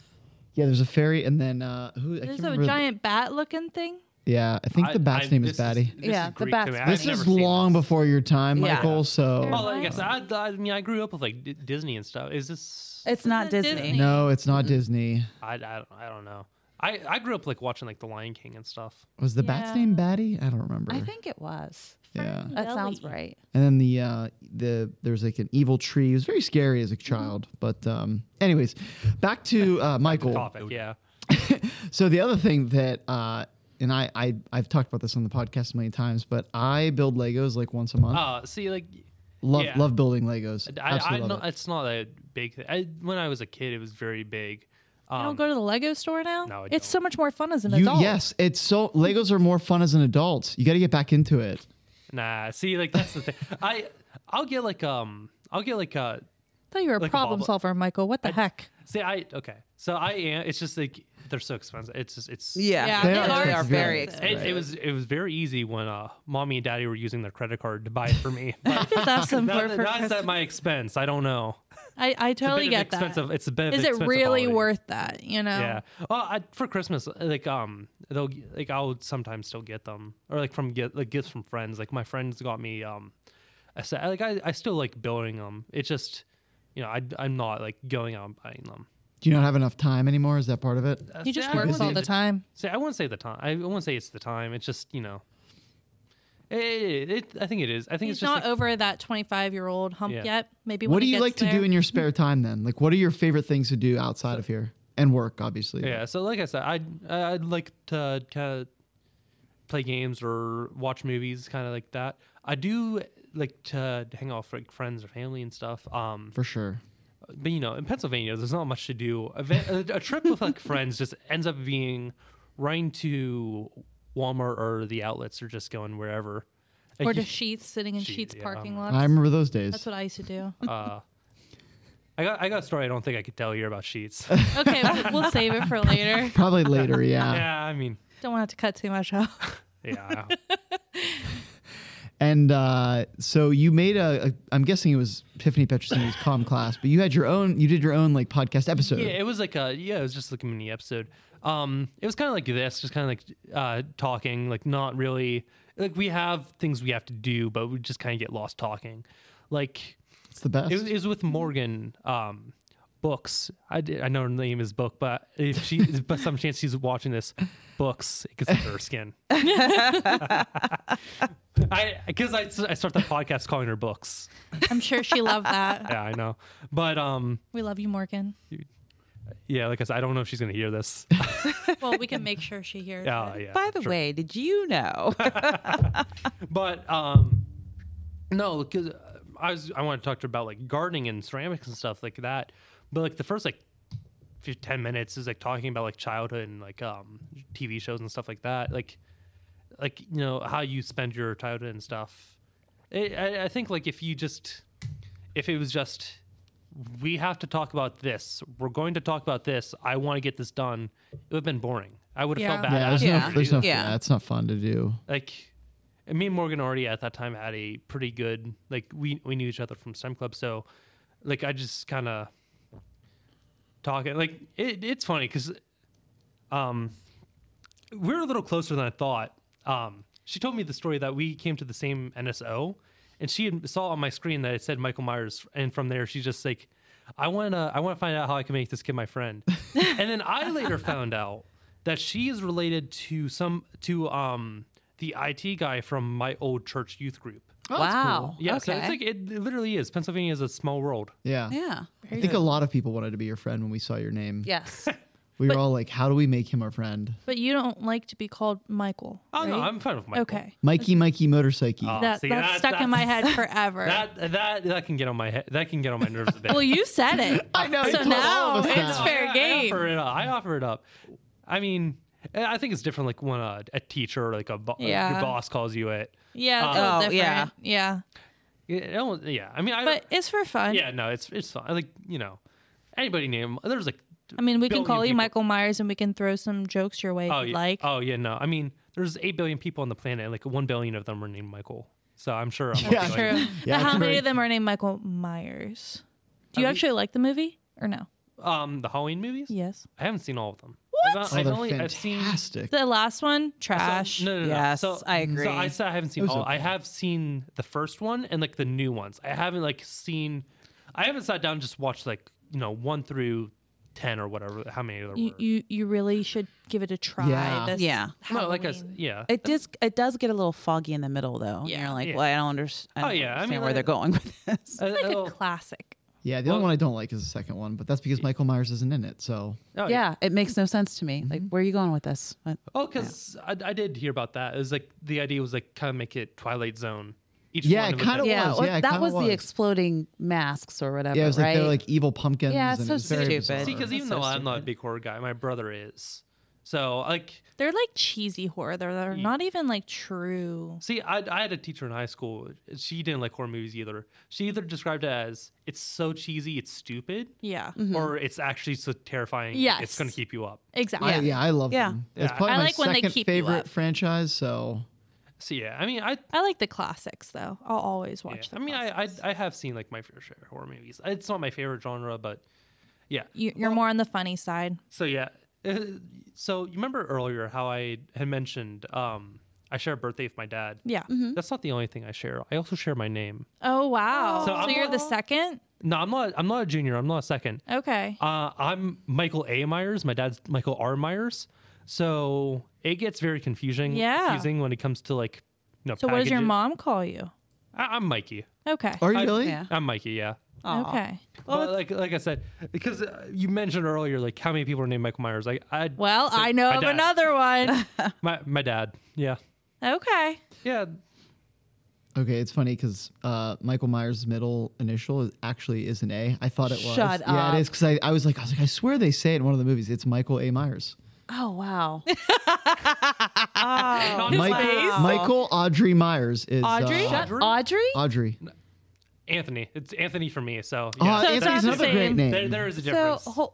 B: yeah, there's a fairy and then uh who I can't
D: There's a
B: remember the-
D: giant bat looking thing.
B: Yeah, I think the bat's name is
F: this
B: Batty.
F: this
C: Yeah, the
F: Greek to
C: bat's
F: me. I've
C: I've
B: This is
F: never seen
B: long
F: this.
B: before your time,
C: Yeah.
B: Michael,
F: Oh,
B: so
F: I guess I, I mean, I grew up with like D- Disney and stuff. Is this?
C: It's not
D: Isn't it
C: Disney.
D: Disney?
B: no, it's not Disney.
F: I, I, don't, I don't know. I, I grew up like watching like The Lion King and stuff.
B: Was the bat's
D: Yeah.
B: name Batty? I don't remember.
C: I think it was.
B: yeah.
C: That sounds
D: Gully.
C: right.
B: And then the uh the there's like an evil tree. It was very scary
D: Mm-hmm.
B: as a child, but um anyways, back to uh Michael.
F: Topic, yeah.
B: So the other thing that uh and I, I I've talked about this on the podcast a million times, but I build Legos like once a month.
F: Uh, see, like
B: love
F: yeah.
B: love building Legos.
F: I, I
B: Absolutely love
F: know
B: it.
F: it's not a big. I, when I was a kid, it was very big.
D: you don't go to the Lego store now.
F: No, I
D: it's
F: don't.
D: so much more fun as an
B: You,
D: adult.
B: yes, it's so Legos are more fun as an adult. You got to get back into it.
F: Nah, see, like
B: [LAUGHS]
F: that's the thing. I I'll get like um I'll get like uh
D: thought you were a
F: Like a
D: problem
F: Bob-
D: solver, Michael. What the
F: [LAUGHS]
D: heck?
F: see I okay. So I am. It's just like they're so expensive. It's just it's
C: Yeah,
D: Yeah, They
C: they,
D: they are
C: are, very
D: are very
C: expensive.
D: expensive.
F: It, it was it was very easy when uh, mommy and daddy were using their credit card to buy it
B: [LAUGHS]
F: for me. But
D: Just ask them Mm-hmm. for,
F: now,
D: for
F: now it's
D: Christmas.
F: at my expense. I don't know.
D: I, I
F: It's a
D: totally
F: bit of
D: get that.
F: expensive. It's a bit. Of
D: Is it
F: expensive
D: really
F: holiday.
D: worth that? You know.
F: Yeah. Oh, I, for Christmas, like um, they'll like I'll sometimes still get them or like from get like gifts from friends. Like my friends got me um, a set. Like I, I still like building them. It's just, you know, I I'm not like going out and buying them.
B: Do you not have enough time anymore? Is that part of it?
D: He just
F: See, I
D: works
F: wouldn't
D: all
F: say
D: the time.
F: See, I wouldn't say the time. I wouldn't say it's the time. It's just you know, it, it, I think it is. I think it's
D: He's
F: just
D: not
F: like,
D: over that 25 year old hump
F: Yeah.
D: yet. Maybe
B: What
D: when
B: do
D: he
B: you
D: gets
B: like to
D: there.
B: do in your spare time then? Like, what are your favorite things to do outside of here and work, obviously?
F: Yeah, so like I said, I'd I'd like to kind of play games or watch movies, kind of like that. I do like to hang out with like friends or family and stuff. Um,
B: for sure.
F: but you know, in Pennsylvania, there's not much to do. A, va- a, a trip with like friends just ends up being running to Walmart or the outlets or just going wherever. Like,
D: Or
F: you-
D: to sheets, sitting in
F: Sheet,
D: sheets
F: yeah,
D: parking
F: um,
D: lots.
B: I remember those days.
D: That's what I used to do.
F: uh, I got I got a story I don't think I could tell here about sheets.
D: Okay, we'll,
F: [LAUGHS]
D: we'll save it for later.
B: Probably later, yeah.
F: yeah, I mean,
D: Don't want to cut too much
F: [LAUGHS]
D: out.
F: yeah.
B: And uh, so you made a, a, I'm guessing it was Tiffany Petrosini's comm class, but you had your own, you did your own like podcast episode. [LAUGHS]
F: Yeah, it was like a yeah, it was just like a mini episode. Um, it was kind of like this, just kind of like uh, talking, like not really like we have things we have to do, but we just kind of get lost talking. Like
B: It's the best.
F: it was, it was with Morgan. Um, books. I did, I know her name is Book, but if she, but some chance she's watching this, books. It gets under her skin. I because I, I start the podcast calling her books.
D: I'm sure she loved that.
F: Yeah, I know. But um,
D: We love you, Morgan.
F: yeah, like I said, I don't know if she's gonna hear this.
D: Well, we can make sure she hears.
F: Yeah,
D: it.
F: yeah.
C: By the
F: sure.
C: way, did you know?
F: But um, no, because I was I want to talk to her about like gardening and ceramics and stuff like that. But like the first like fif- ten minutes is like talking about like childhood and like um TV shows and stuff like that. Like like you know how you spend your childhood and stuff. It, I, I think like if you just if it was just we have to talk about this. We're going to talk about this. I want to get this done. It would have been boring. I would have
D: Yeah.
F: felt bad.
B: yeah, there's
C: Yeah.
B: no, there's no,
C: Yeah.
B: yeah, it's not fun to do.
F: like and me and Morgan already at that time had a pretty good like we we knew each other from STEM club so like I just kind of talking like it, it's funny because um we're a little closer than I thought um she told me the story that we came to the same NSO and she had- saw on my screen that it said Michael Myers and from there she's just like I want to I want to find out how I can make this kid
D: [LAUGHS]
F: my friend and then I later found out that she is related to some to um the IT guy from my old church youth group.
C: wow.
F: Yeah, so
C: Okay.
F: it's like it, it literally is. Pennsylvania is a small world.
B: Yeah.
C: yeah.
B: I think a lot of people wanted to be your friend when we saw your name.
C: Yes.
B: We were all like, how do we make him our friend?
D: But you don't like to be called Michael.
F: Oh no,
D: right?
F: I'm fine with Michael.
D: Okay.
B: Mikey, Mikey, motorcycle.
F: Oh,
D: That,
F: see,
D: that's
F: that-
D: stuck in my head forever.
F: That that that can get on my head. That can get on my nerves a bit.
D: well, you said
F: [LAUGHS]
D: it.
B: I know. he
D: So
B: told all
D: now
B: of us
D: Oh, it's
B: that.
D: fair
F: uh, I, I
D: game.
F: offer it up. I offer it up. I mean, I think it's different. Like when a, a teacher, or like a bo-
D: Yeah.
F: your boss calls you at.
D: Yeah, it's
C: Oh,
D: a little
C: yeah.
D: different. Yeah.
F: It don't- yeah, I mean, I
D: But it's for fun.
F: yeah, no, it's it's fine. Like you know, anybody name there's like.
D: I mean, we can
F: billion
D: call you
F: people.
D: Michael Myers and we can throw some jokes your way if
F: Oh
D: you'd
F: yeah.
D: like.
F: Oh yeah. No, I mean, there's eight billion people on the planet. and, Like one billion of them are named Michael. So I'm sure. I'm
B: Yeah.
F: not the only
D: True.
B: Yeah,
D: but how
B: it's
D: many
B: very-
D: of them are named Michael Myers? Do you
F: Are we-
D: actually like the movie or no?
F: one. Um, the Halloween movies.
D: Yes.
F: I haven't seen all of them. What? I've,
B: Oh,
F: I've
B: they're
F: only I've seen.
B: fantastic.
D: The last one, trash.
F: So, no, no, no.
C: Yes,
F: so,
C: I agree.
F: So I, said I haven't
B: It
F: seen
B: was
F: all.
B: okay.
F: I have seen the first one and like the new ones. I haven't like seen. I haven't sat down and just watched like you know one through ten or whatever. How many there
D: you,
F: were?
D: you you really should give it a try.
B: Yeah.
D: This
C: Yeah.
F: no, like I s-
D: Halloween.
F: yeah.
C: It does. It does get a little foggy in the middle, though.
D: Yeah.
C: You're like,
F: Yeah.
C: well, I don't, underst- I
F: Oh,
C: don't
F: yeah, I
C: understand
F: mean,
C: where
F: like-
C: they're going with [LAUGHS] this.
F: Uh,
D: It's like
F: oh,
D: a classic.
B: Yeah, the only
F: Well-
B: one I don't like is the second one, but that's because Michael Myers isn't in it. So
F: oh,
C: yeah, it makes no sense to me. Like, where are you going with this? But,
F: Oh, because I, I did hear about that. It was like the idea was like kind of make it Twilight Zone, each
B: Yeah,
F: one
B: it
F: was
B: kinda
F: different.
B: was.
C: yeah,
B: Yeah, it
C: that
B: kinda
C: was,
B: was.
C: the exploding masks or whatever,
B: Yeah, it was like
C: right?
B: they're like evil pumpkins.
C: Yeah,
B: and
C: so
B: it was very
C: stupid.
B: bizarre.
C: See,
F: See, because
C: That's
F: even
C: so
F: though I'm not a
C: stupid.
F: big horror guy, my brother is. So like,
D: They're like cheesy horror. They're, they're
F: Mm.
D: not even like true.
F: see, I, I had a teacher in high school. She didn't like horror movies either. She either described it as it's so cheesy, it's stupid,
D: Yeah,
F: or it's actually so terrifying, it's going
D: Mm-hmm. Yes.
F: to keep you up.
D: exactly.
B: I, yeah, I love
C: Yeah.
B: them. It's
F: Yeah.
B: probably
D: I
B: my
D: like when
B: second
D: they keep you
B: favorite
D: up.
B: franchise. So
F: So yeah, I mean, I
D: I like the classics though. I'll always
F: yeah,
D: watch
F: I
D: them.
F: mean, I, I I have seen like my fair share of horror movies. It's not my favorite genre, but yeah.
D: you, you're more on the funny side.
F: So yeah, uh, so you remember earlier how I had mentioned um I share a birthday with my dad.
D: Yeah. Mm-hmm.
F: That's not the only thing I share. I also share my name.
D: Oh wow.
F: So
D: So,
F: I'm
D: you're the
F: all-
D: second.
F: No, I'm not. I'm not a junior. I'm not a second.
D: Okay.
F: Uh, I'm Michael A. Myers. My dad's Michael R. Myers. So it gets very confusing.
D: Yeah.
F: Confusing when it comes to like, you know.
D: So what does your
F: packages.
D: mom call you?
F: I, I'm Mikey.
D: Okay.
B: are you
F: I-
B: really?
C: yeah.
F: I'm Mikey. Yeah.
C: Aw.
D: Okay.
F: But like like I said, because uh, you mentioned earlier, like how many people are named Michael Myers? Like I
D: Well,
F: so
D: I know
F: my
D: of
F: dad.
D: another one.
F: [LAUGHS] My my dad. Yeah.
D: okay.
F: Yeah.
B: Okay, it's funny because uh, Michael Myers' middle initial is, actually is an A. I thought it was.
C: Shut
B: yeah,
C: up.
B: it is because I, I was like, I was like, I swear they say it in one of the movies. It's Michael A. Myers.
C: Oh wow.
F: Not
B: Mike-
C: face?
B: Michael Audrey Myers is
D: Audrey?
B: Uh,
D: Shut-
F: Audrey?
C: Audrey?
B: Audrey.
F: Anthony. It's Anthony for me. So
B: Oh,
F: yeah.
D: So it's
B: Anthony's
D: not the
B: another great
D: same.
B: name.
F: there, there is a
C: So,
F: difference.
C: ho-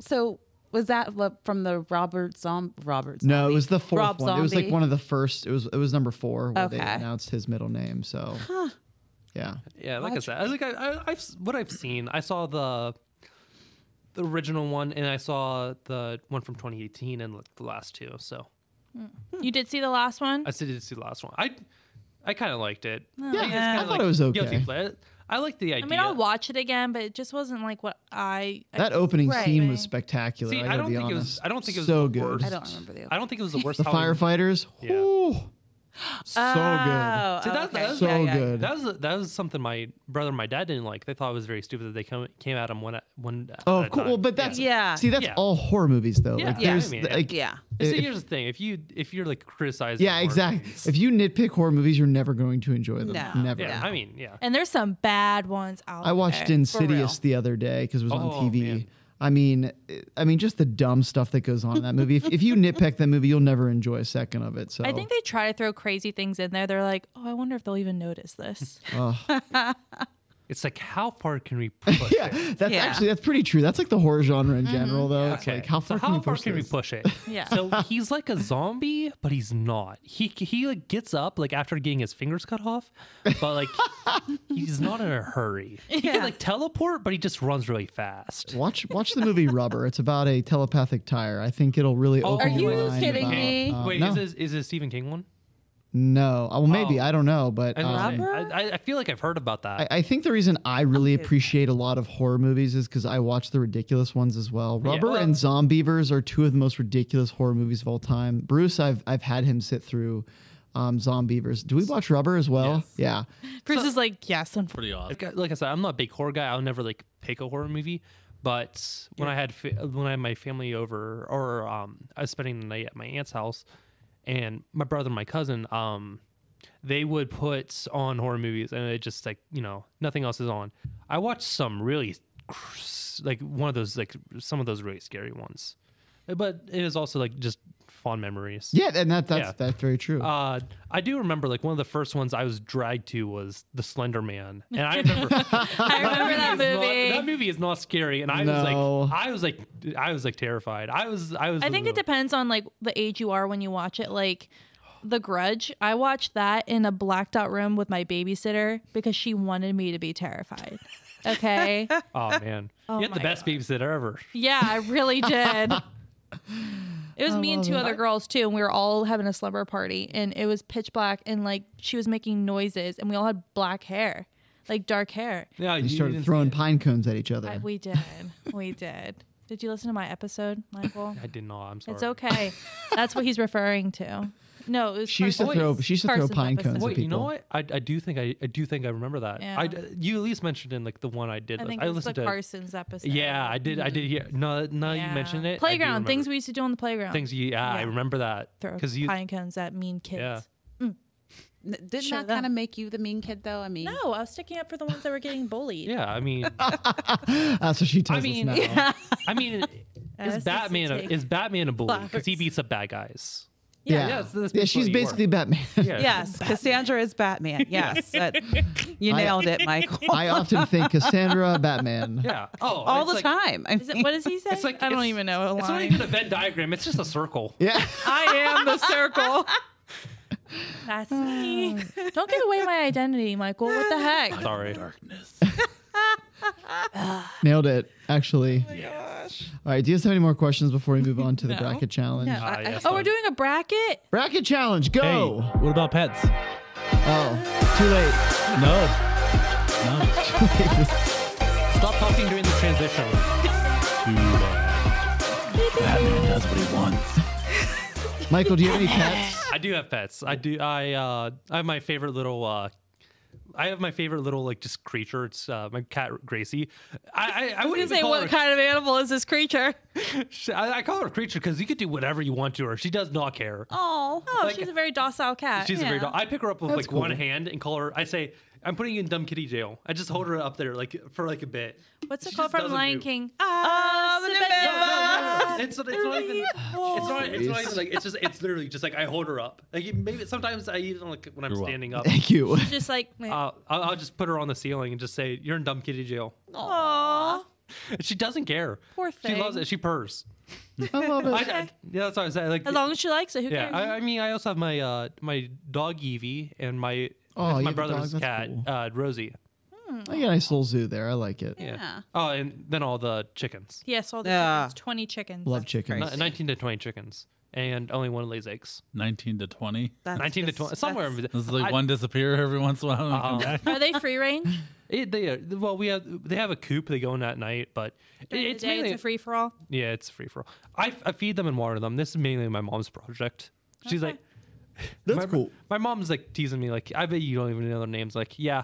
C: so was that what- from the Robert Zom Robert?
B: no, it
C: Zombie?
B: was the fourth
C: Rob
B: one. It was like
C: Zombie?
B: one of the first. It was it was number four where they
C: Okay. Oh,
B: announced his middle name. So, yeah,
F: yeah, like I said, I like I, I I've s- what I've seen. I saw the the original one, and I saw the one from 2018, and like, the last two. So
D: You did see the last one?
F: I still did see the last one. I I kind of liked it.
B: yeah.
F: it's kinda
B: Eh, I thought it was
F: guilty
B: okay.
F: pleasure. I like the idea.
D: I mean, I'll watch it again, but it just wasn't like what I. I
B: That opening
D: Right.
B: scene was
D: Right.
B: spectacular.
F: See,
B: I,
F: I
B: gotta
F: don't
B: be
F: think it was-
B: honest.
F: I don't think it was
B: so
F: the
B: good.
F: worst.
C: I don't remember the.
F: I don't think it
B: [LAUGHS]
F: was the worst.
B: The
F: Halloween.
B: firefighters.
F: Yeah.
B: Whew. so good.
C: Oh,
F: See, that-
C: okay.
F: that's-
B: So
C: Yeah, yeah, yeah.
B: good.
F: That was that was something my brother and my dad didn't like. They thought it was very stupid that they come, came at him one at one. at
B: Oh,
F: a
B: of course.
F: time.
B: Well, but that's
C: Yeah.
B: See, that's
F: Yeah.
B: all horror movies though.
F: Yeah,
B: like,
F: yeah, I
B: there's
F: mean,
B: like,
C: Yeah.
F: See,
B: if-
F: here's the thing: if you if you're like criticizing,
B: yeah,
F: horror
B: exactly.
F: movies-
B: If you nitpick horror movies, you're never going to enjoy them.
C: No.
B: Never.
F: yeah, I mean, yeah,
D: and there's some bad ones out
B: I watched
D: there.
B: Insidious the other day because it was
F: Oh,
B: on TV.
F: man.
B: I mean, it- I mean, just the dumb stuff that goes on in that movie. if, if you nitpick that movie, you'll never enjoy a second of it. So
D: I think they try to throw crazy things in there. They're like, oh, I wonder if they'll even notice
B: [LAUGHS]
D: this.
F: it's like how far can we push
B: [LAUGHS]
F: it?
B: that's
C: Yeah.
B: actually that's pretty true. That's like the horror genre in general, though. It's
F: Mm-hmm. Okay,
B: like how far
F: so
B: can
F: how
B: we
F: far
B: push
F: can we
B: this?
F: push it?
D: Yeah.
F: So he's like a zombie, but he's not. He he like gets up like after getting his fingers cut off,
B: [LAUGHS]
F: but like he's not in a hurry. He can like teleport, but he just runs really fast.
B: Watch watch the movie Rubber. It's about a telepathic tire. I think it'll really
F: Oh,
B: open
F: Are
B: your
F: you
B: mind
C: kidding
B: about,
C: me?
B: uh,
F: Wait,
B: no.
F: is this is this Stephen King one?
B: No. Oh, Well, maybe. I don't know. But
F: I, don't
B: um,
F: know. I, I- I feel like I've heard about that.
B: I, I think the reason I really appreciate a lot of horror movies is because I watch the ridiculous ones as well. Rubber
F: Well-
B: and Zombievers are two of the most ridiculous horror movies of all time. Bruce, I've, I've had him sit through um, Zombievers. Do we watch Rubber as well?
F: Yes.
B: Yeah.
D: Bruce is like, yes, unfortunately.
F: [LAUGHS]
E: Pretty awesome.
F: like, I- like I said, I'm not a big horror guy. I'll never like pick a horror movie. But when I had fa- when I had my family over, or um, I was spending the night at my aunt's house, and my brother and my cousin, um, they would put on horror movies, and it just like you know nothing else is on. I watched some really cr- like one of those like some of those really scary ones, but it was also like just fond memories.
B: Yeah, and that, that's,
F: Yeah.
B: that's very true.
F: Uh, I do remember like one of the first ones I was dragged to was The Slender Man, and I remember
D: I remember that
F: is not-
D: movie.
F: that movie is not scary, and I
B: No.
F: was like, I was like, I was like terrified. I was, I was.
D: I think it depends on like the age you are when you watch it. Like The Grudge, I watched that in a blacked out room with my babysitter because she wanted me to be terrified. Okay.
F: Oh
D: [LAUGHS]
F: man, you had the
D: my
F: best babysitter ever.
D: yeah, I really did. It was me and two other girls too, and we were all having a slumber party, and it was pitch black, and like she was making noises, and we all had black hair, like dark hair.
F: Yeah,
B: you started
F: didn't-
B: throwing pine cones at each other.
D: I, we did, we did. Did you listen to my episode, Michael?
F: I did not. I'm sorry.
D: It's okay. That's what he's referring to. No, it was
B: She used to
D: Carson's-
B: throw- she used to throw
D: Carson's
B: pine
D: episode.
B: cones.
F: Wait, you know
B: people.
F: what? I, I do think I, I do think I remember that.
D: Yeah.
F: I d- you at least mentioned in like the one I did.
D: I
F: lis-
D: think it was the
F: listened to.
D: Carson's episode.
F: Yeah, I did. I did hear. No, no, you mentioned it. I do
D: Playground things
F: remember.
D: we used to do on the playground.
F: things. You, yeah, I
D: Yeah.
F: remember that
D: throw
F: because you.
D: pine cones at mean kids.
F: Yeah.
C: N- Didn't
D: Sure,
C: that kind
D: though.
C: of make you the mean kid, though? I mean,
D: No, I was sticking up for the ones that were getting bullied.
F: Yeah,
B: [LAUGHS]
F: I mean,
B: [LAUGHS] That's what she tells
F: I mean, [LAUGHS]
B: us now.
D: [LAUGHS]
F: I mean,
D: That's
F: is
D: just
F: Batman a,
D: the take.
F: is Batman a bully because he
D: Flowers.
F: beats up bad guys?
B: Yeah,
F: yeah, it's- that's
B: Yeah, she's basically
F: basically [LAUGHS]
B: Batman.
C: [LAUGHS] Yes, Cassandra is
D: [LAUGHS]
C: Batman. Yes, that, you
B: I-
C: nailed it, Michael.
B: [LAUGHS] I often think
F: [LAUGHS]
B: Cassandra, Batman.
F: Yeah.
C: [LAUGHS]
F: Oh,
C: All
F: it's
C: the
F: like-
C: time. I
D: Is it,
C: mean,
D: what does he say?
F: It's like
D: I don't
F: it's-
D: even know. A
F: It's not
D: line.
F: even a Venn diagram. It's just a circle.
B: Yeah.
C: I am the
D: [LAUGHS]
C: circle.
D: [LAUGHS]
C: Oh,
D: That's
F: Oh.
D: me. Don't give away my identity, Michael. What the
F: [LAUGHS]
D: heck?
F: Sorry. Ah,
E: Darkness.
B: Nailed it, actually.
F: Oh
B: All right. Do you guys have any more questions before we move on to the
C: No.
B: bracket challenge?
C: No.
F: Ah, yes,
D: Oh, we're
F: um,
D: doing a bracket.
B: Bracket challenge,
E: Hey,
B: go!
E: what about pets?
B: Oh, too late.
E: No. No. it's
F: Stop talking during the transition.
E: Too bad. Batman does what he wants.
B: Michael, do you have any pets? [LAUGHS]
F: I do have pets. I do. I uh, I have my favorite little. Uh, I have my favorite little like just creature. It's uh, my cat Gracie. I I, I
D: I was
F: wouldn't
D: gonna
F: even
D: say,
F: call
D: what
F: her.
D: kind of animal is this
F: [LAUGHS]
D: creature?
F: she- I, I call her a creature because you could do whatever you want to her. She does not care.
D: Oh, oh,
F: Like-
D: she's a very docile cat.
F: She's a
C: yeah.
F: great dog. I pick her up with
B: That's
F: like one
B: cool.
F: hand and call her. I say, I'm putting you in dumb kitty jail. I just hold her up there like for like a bit.
D: What's it
F: she
D: called
F: just
D: from
F: doesn't
D: Lion
F: do-
D: King?
C: Ah,
D: Simba.
F: it's, it's not even. It's not. It's not even like. It's just. It's literally just like I hold her up. Like you- maybe sometimes I even like when I'm
E: You're welcome.
F: standing up.
B: Thank you.
D: Just like,
F: Uh, I'll, I'll just put her on the ceiling and just say, "You're in dumb kitty jail."
D: aw,
F: And She doesn't care.
D: poor thing.
F: She loves it. She purs.
B: I love
F: I, I-
B: it.
F: yeah, that's what I said. Like,
D: As long as she likes it, who
F: yeah.
D: cares?
F: I, I mean, I also have my uh, my dog Evie and my
B: Oh, you have
F: my
B: a
F: brother's
B: dog? That's
F: cat
B: cool.
F: uh, Rosie.
B: I got a nice little zoo there. I like it.
F: Yeah.
C: Yeah.
F: Oh, and then all the chickens.
D: yes, all the
C: Yeah.
D: chickens, twenty chickens.
B: Love chickens.
F: Ni- 19 to 20 chickens, and only one lays eggs.
E: 19 to 20.
C: That's
F: 19
C: just-
F: to 20, somewhere.
C: that's-
F: over there.
E: This is like
F: I-
E: one disappear every once in a while and come back.
D: Are they
B: [LAUGHS]
D: free range?
F: It, they are, well, we have they have a coop. They go in at night, but it,
D: During the
F: it's
D: day,
F: mainly
D: it's a free for all.
F: yeah, it's free for all. I, I feed them and water them. This is mainly my mom's project. She's like,
B: That's
F: [LAUGHS] my,
B: cool.
F: My mom's like teasing me, like I bet you don't even know their names. Like, yeah,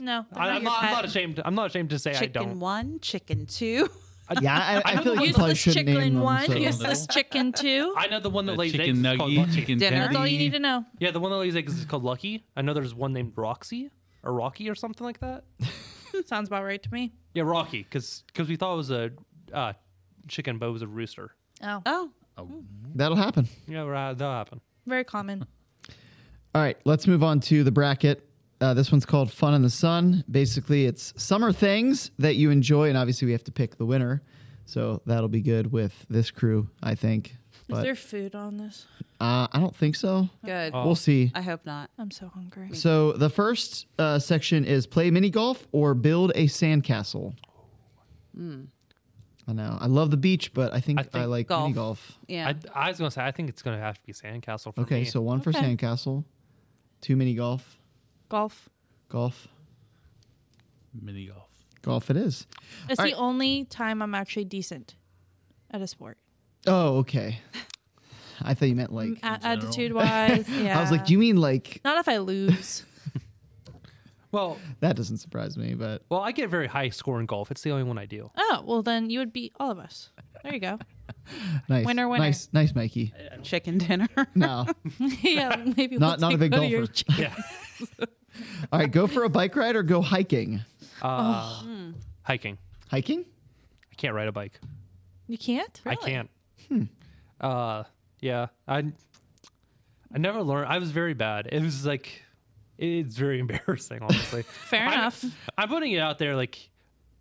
D: No,
F: I,
D: they're
F: I'm
D: your
F: not. I'm
D: pet.
F: not ashamed. I'm not ashamed to say I
C: Chicken
F: don't.
C: one, chicken two. [LAUGHS]
B: Yeah, I, I feel like you probably
D: Useless
B: should name
D: chicken
B: them.
D: one,
B: so-
D: useless chicken two.
F: I know the one that
E: Uh,
F: lays eggs.
E: chicken
F: is called
E: nugget,
F: Lucky.
E: chicken
C: Dinner.
E: tendy.
D: That's all you need to
F: [LAUGHS]
D: know.
F: Yeah, the one that lays eggs is called Lucky. I know there's one named Roxy or Rocky or something like that.
D: Sounds about right to me.
F: Yeah, Rocky, because we thought it was a uh, chicken, but it was a rooster.
D: Oh,
C: Oh,
B: That'll happen.
F: Yeah, right, that'll happen.
D: very common.
B: All right, let's move on to the bracket. Uh, this one's called Fun in the Sun. Basically, it's summer things that you enjoy, and obviously, we have to pick the winner. So that'll be good with this crew, I think.
D: is
B: But
D: there food on this?
B: uh, I don't think so.
C: good.
B: We'll see.
C: I hope not.
D: I'm so hungry.
B: So the first uh, section is play mini golf or build a sandcastle.
D: Mm.
B: I know. I love the beach, but I think I,
F: I think
B: like
C: golf.
B: mini golf.
C: Yeah.
F: I, I was gonna say I think it's gonna have to be sandcastle for
B: Okay,
F: me.
B: so one for
D: Okay.
B: sandcastle, two mini golf,
D: Golf.
B: golf,
E: Mini golf.
B: golf. It is.
D: It's
B: All
D: the
B: right.
D: only time I'm actually decent at a sport.
B: Oh, okay. I thought you meant like.
E: general.
D: Attitude wise, Mm,
B: [LAUGHS]
D: yeah.
B: I was like, do you mean like?
D: Not if I lose.
F: well,
B: That doesn't surprise me, but
F: well, I get very high score in golf. It's the only one I do.
D: oh, well, then you would beat all of us. There you
F: [LAUGHS]
D: go. [LAUGHS]
B: nice,
D: Winner, winner.
B: nice, nice,
D: [LAUGHS]
B: Mikey.
C: Chicken dinner. [LAUGHS]
B: No,
D: yeah, maybe
B: Not-
D: we'll
B: not a
D: take
B: big
D: one of your
B: golfer. [LAUGHS]
D: ch-
F: Yeah.
B: all right. Go for a bike ride or go hiking.
F: Uh, Hiking.
B: Hiking?
F: I can't ride a bike.
D: You can't?
F: I can't.
B: Hmm.
F: Uh, yeah. I I never learned. I was very bad. It was like it's very [LAUGHS] embarrassing, honestly.
D: Fair
F: I-
D: enough.
F: I'm putting it out there. Like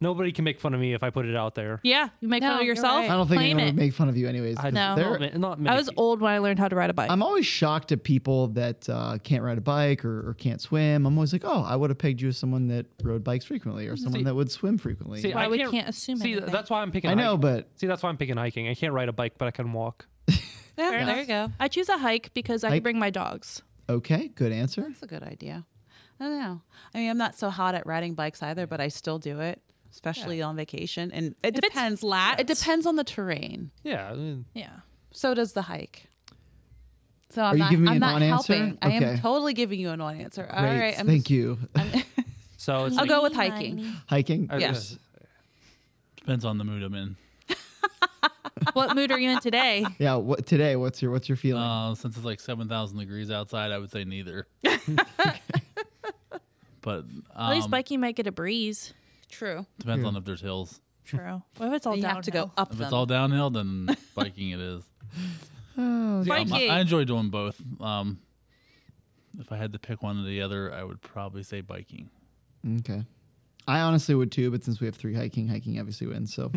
F: nobody can make fun of me if I put it out there.
D: Yeah, you make
C: No,
D: fun of
C: you're
D: yourself.
B: I
C: right.
B: don't think
D: Claim
B: anyone
D: it.
B: would make fun of you, anyways. 'cause
D: No.
B: they're-
F: Not ma- not many
D: I was
F: people.
D: old when I learned how to ride a bike.
B: I'm always shocked at people that uh, can't ride a bike or, or can't swim. I'm always like, oh, I would have pegged you as someone that rode bikes frequently or someone
F: See-
B: that would swim frequently.
F: See,
D: Why
F: I
D: we can't assume
F: See,
D: anything.
F: that's why I'm picking.
B: I know,
F: hiking.
B: but
F: see, that's why I'm picking hiking. I can't ride a bike, but I can walk.
C: Yeah,
D: Fair
C: there
D: enough.
C: you go.
D: I choose a hike because I
B: Hike?
D: can bring my dogs.
B: okay, good answer.
C: That's a good idea. I don't know. I mean, I'm not so hot at riding bikes either, but I still do it, especially on vacation. And it
D: it's
C: depends. Flat. It
D: flat.
C: depends on the terrain.
F: Yeah, I mean,
D: Yeah.
C: So does the hike. So I'm
B: you
C: not,
B: giving me
C: I'm
B: an
C: not
B: non-answer?
C: helping. I am
B: Okay.
C: totally giving you a non answer. All
B: Great.
C: right. I'm
B: Thank
C: just-
B: you.
F: so it's
C: I'll
F: like-
C: go with hiking.
B: [LAUGHS] hiking?
F: I-
C: Yes.
E: Depends on the mood I'm in.
D: [LAUGHS] what mood are you in today?
B: Yeah. What today? What's your What's your feeling?
E: Uh, since it's like seven thousand degrees outside, I would
D: [LAUGHS]
E: say neither. but um,
D: At least biking might get a breeze.
C: True.
E: depends on if there's hills.
D: True. What if it's all
C: you
D: downhill?
C: have to go up
E: If
C: them.
E: it's all
D: [LAUGHS]
E: downhill, then biking it is.
B: oh,
E: Um, I,
C: Biking.
E: I enjoy doing both. Um, if I had to pick one or the other, I would probably say biking.
B: okay. I honestly would too, but since we have three hiking, hiking obviously wins. So,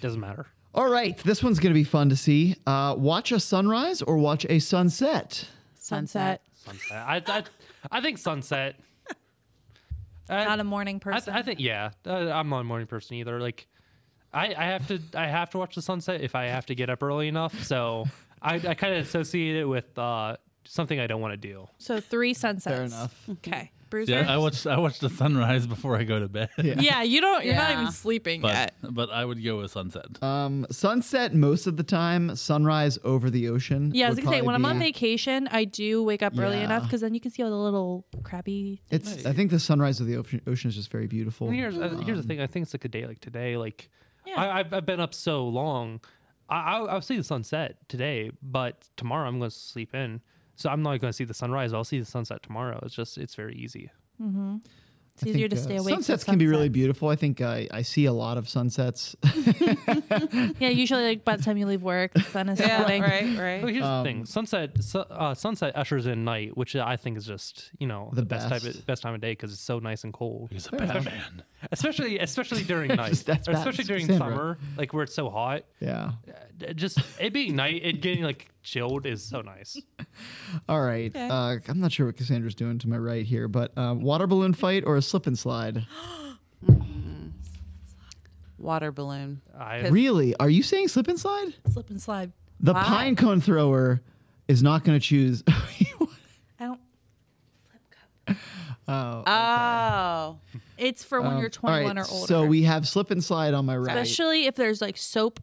F: Doesn't matter.
B: all right, this one's gonna be fun to see. Uh, watch a sunrise or watch a sunset.
D: Sunset.
F: Sunset. I, I, I think sunset.
D: [LAUGHS]
F: I-
D: Not a morning
F: I,
D: person.
F: th- I think yeah. Uh, I'm not a morning person either. Like, I, I have to I have to watch the sunset if I have to get up early enough. So I, I kind of associate it with uh, something I don't want to do.
D: so three sunsets.
B: Fair enough.
D: Okay. Bruiser.
E: Yeah, I watch I watch the sunrise [LAUGHS] before I go
D: [LAUGHS]
E: to bed.
B: Yeah.
G: Yeah, you don't. You're not
C: Yeah.
G: even sleeping
E: But
G: yet.
E: but I would go with sunset.
B: Um, sunset most of the time. Sunrise over the ocean.
D: Yeah, I was
B: would
D: gonna say
B: probably
D: when I'm
B: be-
D: on vacation, I do wake up early enough
B: Yeah.
D: because then you can see all the little crabby.
B: It's. I think the sunrise of the ocean, ocean is just very beautiful.
F: And here's uh, here's the thing. I think it's like a day like today. Like
D: Yeah.
F: I, I've, I've been up so long. I, I I'll see the sunset today, but tomorrow I'm going to sleep in. So I'm not going to see the sunrise. I'll see the sunset tomorrow. It's just it's very easy.
D: It's easier
B: think,
D: to
B: uh,
D: stay awake. for
B: Sunsets can be really
D: sunsets.
B: beautiful. I think I, I see a lot of sunsets. [LAUGHS]
D: Yeah, usually like by the time you leave work, the sun is
C: [LAUGHS] Yeah,
D: setting.
C: right,
F: Well,
C: right.
F: here's the
B: Um,
F: thing: sunset, su- uh, sunset ushers in night, which I think is just you know
B: The
F: best type
B: best.
F: of, best time of day because it's so nice and cold,
E: He's a bad man.
B: [LAUGHS]
F: especially especially during night,
B: Just- that's
F: or
B: Batman
F: especially during
B: Sandra.
F: summer, like where it's so hot.
B: yeah.
F: Uh, Just it being night, it getting like chilled is so nice.
B: All right. Uh, I'm not sure what Cassandra's doing to my right here, but uh, water balloon fight or a slip and slide?
C: Water balloon.
F: I,
B: Really? Are you saying slip and slide?
D: Slip and slide.
B: The
C: Why?
B: pine cone thrower is not going to choose. [LAUGHS]
D: I don't.
B: oh.
C: Oh.
D: It's for when
B: um,
D: you're 21
B: all right,
D: or older.
B: So we have slip and slide on my right.
D: especially if there's like soap.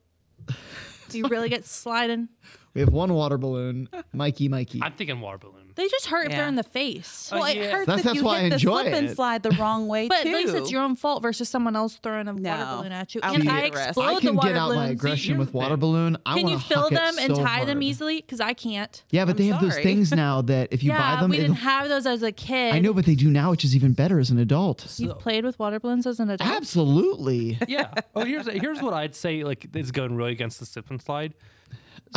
D: You really get sliding.
B: we have one water balloon. Mikey, Mikey.
F: I'm thinking water balloon.
D: They just hurt if they're
C: Yeah. Oh,
D: in the face.
C: Well, it
F: yeah.
C: hurts
B: That's-
C: if
B: that's
C: you
B: why I
C: hit the
B: enjoy
C: slip and
B: it.
C: slide the wrong way
D: But
C: too.
D: at least it's your own fault versus someone else throwing a water
C: No.
D: balloon at you.
C: I'll
D: and
C: be
D: I
C: the rest.
D: explode
B: I can
D: the water
B: get out
D: balloon.
B: my aggression
F: here's
B: with
F: the
B: water
F: thing.
B: balloon. I
D: Can
B: want
D: you
B: to
D: fill them and
B: so
D: tie them
B: hard.
D: easily? Because I can't.
B: Yeah, but
C: I'm
B: they have those
C: sorry.
B: things now that if you
D: yeah,
B: buy them,
D: we
B: it'll-
D: didn't have those as a kid.
B: I know, but they do now, which is even better as an adult.
D: You've played with water balloons as an adult.
B: Absolutely.
F: yeah. Oh, here's here's what I'd say. Like it's going really against the sip and slide.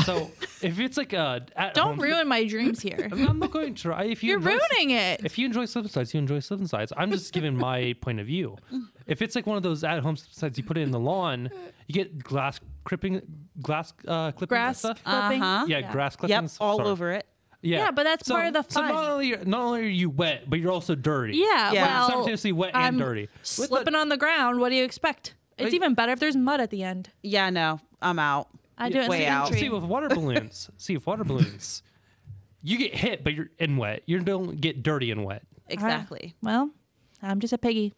F: So if it's like a at
D: Don't
F: home-
D: ruin
B: [LAUGHS]
D: my dreams here.
F: I'm not going to try. If you
D: You're
F: enjoy s-
D: ruining it.
F: If you enjoy slip and slides, you enjoy slip and slides. I'm just giving
C: [LAUGHS]
F: my point of view. If it's like one of those at-home slip and slides, you put it in the lawn, you get glass clipping, glass uh, clipping,
D: Grass clipping.
C: Uh-huh.
F: Yeah, grass
C: Yep,
F: clippings.
C: all
F: sorry.
C: over it.
F: Yeah.
D: Yeah, but that's
F: So-
D: part of the
F: So
D: fun.
F: not only not only are you wet, but you're also dirty.
D: Yeah,
C: Yeah.
D: well,
F: Simultaneously wet and
D: I'm
F: dirty. With the-
D: Slipping on the ground. What do you expect? It's
F: Like-
D: even better if there's mud at the end.
C: Yeah, no, I'm out.
D: I do it in
C: Way
D: the
C: out.
D: country.
F: See
D: [LAUGHS]
F: with water balloons. see with water balloons. You get hit, but you're in wet. You don't get dirty and wet.
C: Exactly.
D: Well, I'm just a piggy.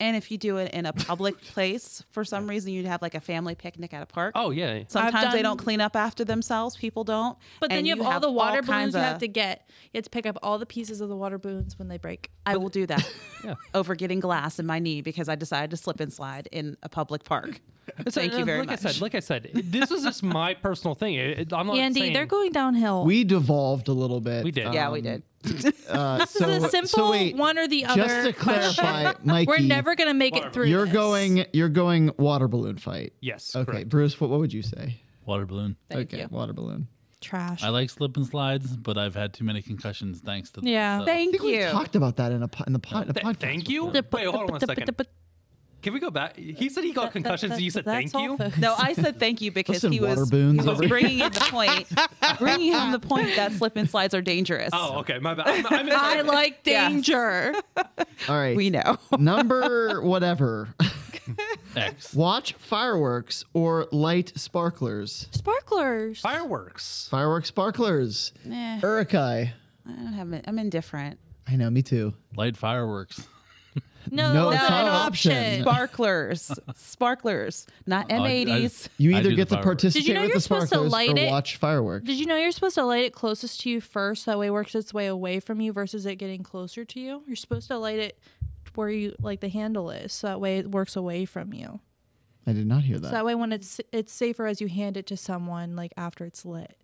C: And if you do it in a
D: [LAUGHS]
C: public place, for some reason you'd have like a family picnic at a park.
F: Oh yeah.
C: Sometimes they
D: done-
C: don't clean up after themselves. People don't.
D: But then
C: And
D: you have all the water
C: kinds
D: balloons you
C: of-
D: have to get. You have to pick up all the pieces of the water balloons when they break.
C: I will do
D: [LAUGHS]
C: that
F: Yeah.
C: over getting glass in my knee because I decided to slip and slide in a public
D: [LAUGHS]
C: park. [LAUGHS]
F: So,
C: Thank
F: uh,
C: you very
F: like
C: much.
F: I said, like I said, this is just my personal thing. It- it- I'm not
D: Andy,
F: saying-
D: they're going downhill.
B: We devolved a little bit.
F: We
C: [LAUGHS]
F: did.
C: yeah,
B: Um,
C: we did.
B: Uh,
D: this
B: so,
D: is a simple
B: so wait,
D: one or the other.
B: Just to
D: question.
B: clarify, Mikey,
D: [LAUGHS] we're never gonna make it through.
B: you're
D: this.
B: going. You're going water balloon fight.
F: Yes.
B: Okay,
F: correct.
B: Bruce. What, what would you say?
E: Water balloon.
C: [LAUGHS] Thank
B: okay,
C: you.
B: water balloon.
D: trash.
E: I like slip and slides, but I've had too many concussions thanks to them.
D: Yeah.
E: so-
B: I
C: Thank
B: think we
C: you.
B: talked about that in a po- in the, po- in the podcast.
F: Thank you. Wait, hold on one second. Can we go back? He said he got concussions. and you said
D: That's
F: thank you.
D: all, folks.
C: No, I said thank you because
B: Listen,
C: he
B: water
C: was, he
B: balloons
C: was
B: over here.
C: bringing in the
B: [LAUGHS]
C: point, bringing him the point that slip and slides are dangerous.
F: Oh, okay. My bad. I'm- I'm in-
D: [LAUGHS]
C: [LAUGHS]
F: [LAUGHS]
G: I like
C: Yes.
G: danger.
B: All right.
C: [LAUGHS] we know.
D: [LAUGHS]
B: Number whatever.
E: X.
B: Watch fireworks or light sparklers.
D: Sparklers.
F: fireworks.
B: Fireworks sparklers.
C: Eh,
B: Urukai.
C: I don't have. it. I'm indifferent.
B: I know. Me too.
E: Light fireworks.
D: No,
B: No,
D: no,
B: it's
D: an
B: not an
D: option.
B: option.
C: Sparklers, sparklers, not
E: I- I-
C: M80s.
B: You
E: I
B: either
E: do
B: get
E: the
B: to
E: fireworks.
B: participate
D: Did you know
B: with
D: you're
B: the
D: supposed to
B: sparklers
D: light
B: or
D: it?
B: watch fireworks.
D: Did you know you're supposed to light it closest to you first? That way, it works its way away from you versus it getting closer to you. You're supposed to light it where you like the handle is, so that way it works away from you.
B: I did not hear that.
D: So that way, when it's it's safer as you hand it to someone, like after it's lit,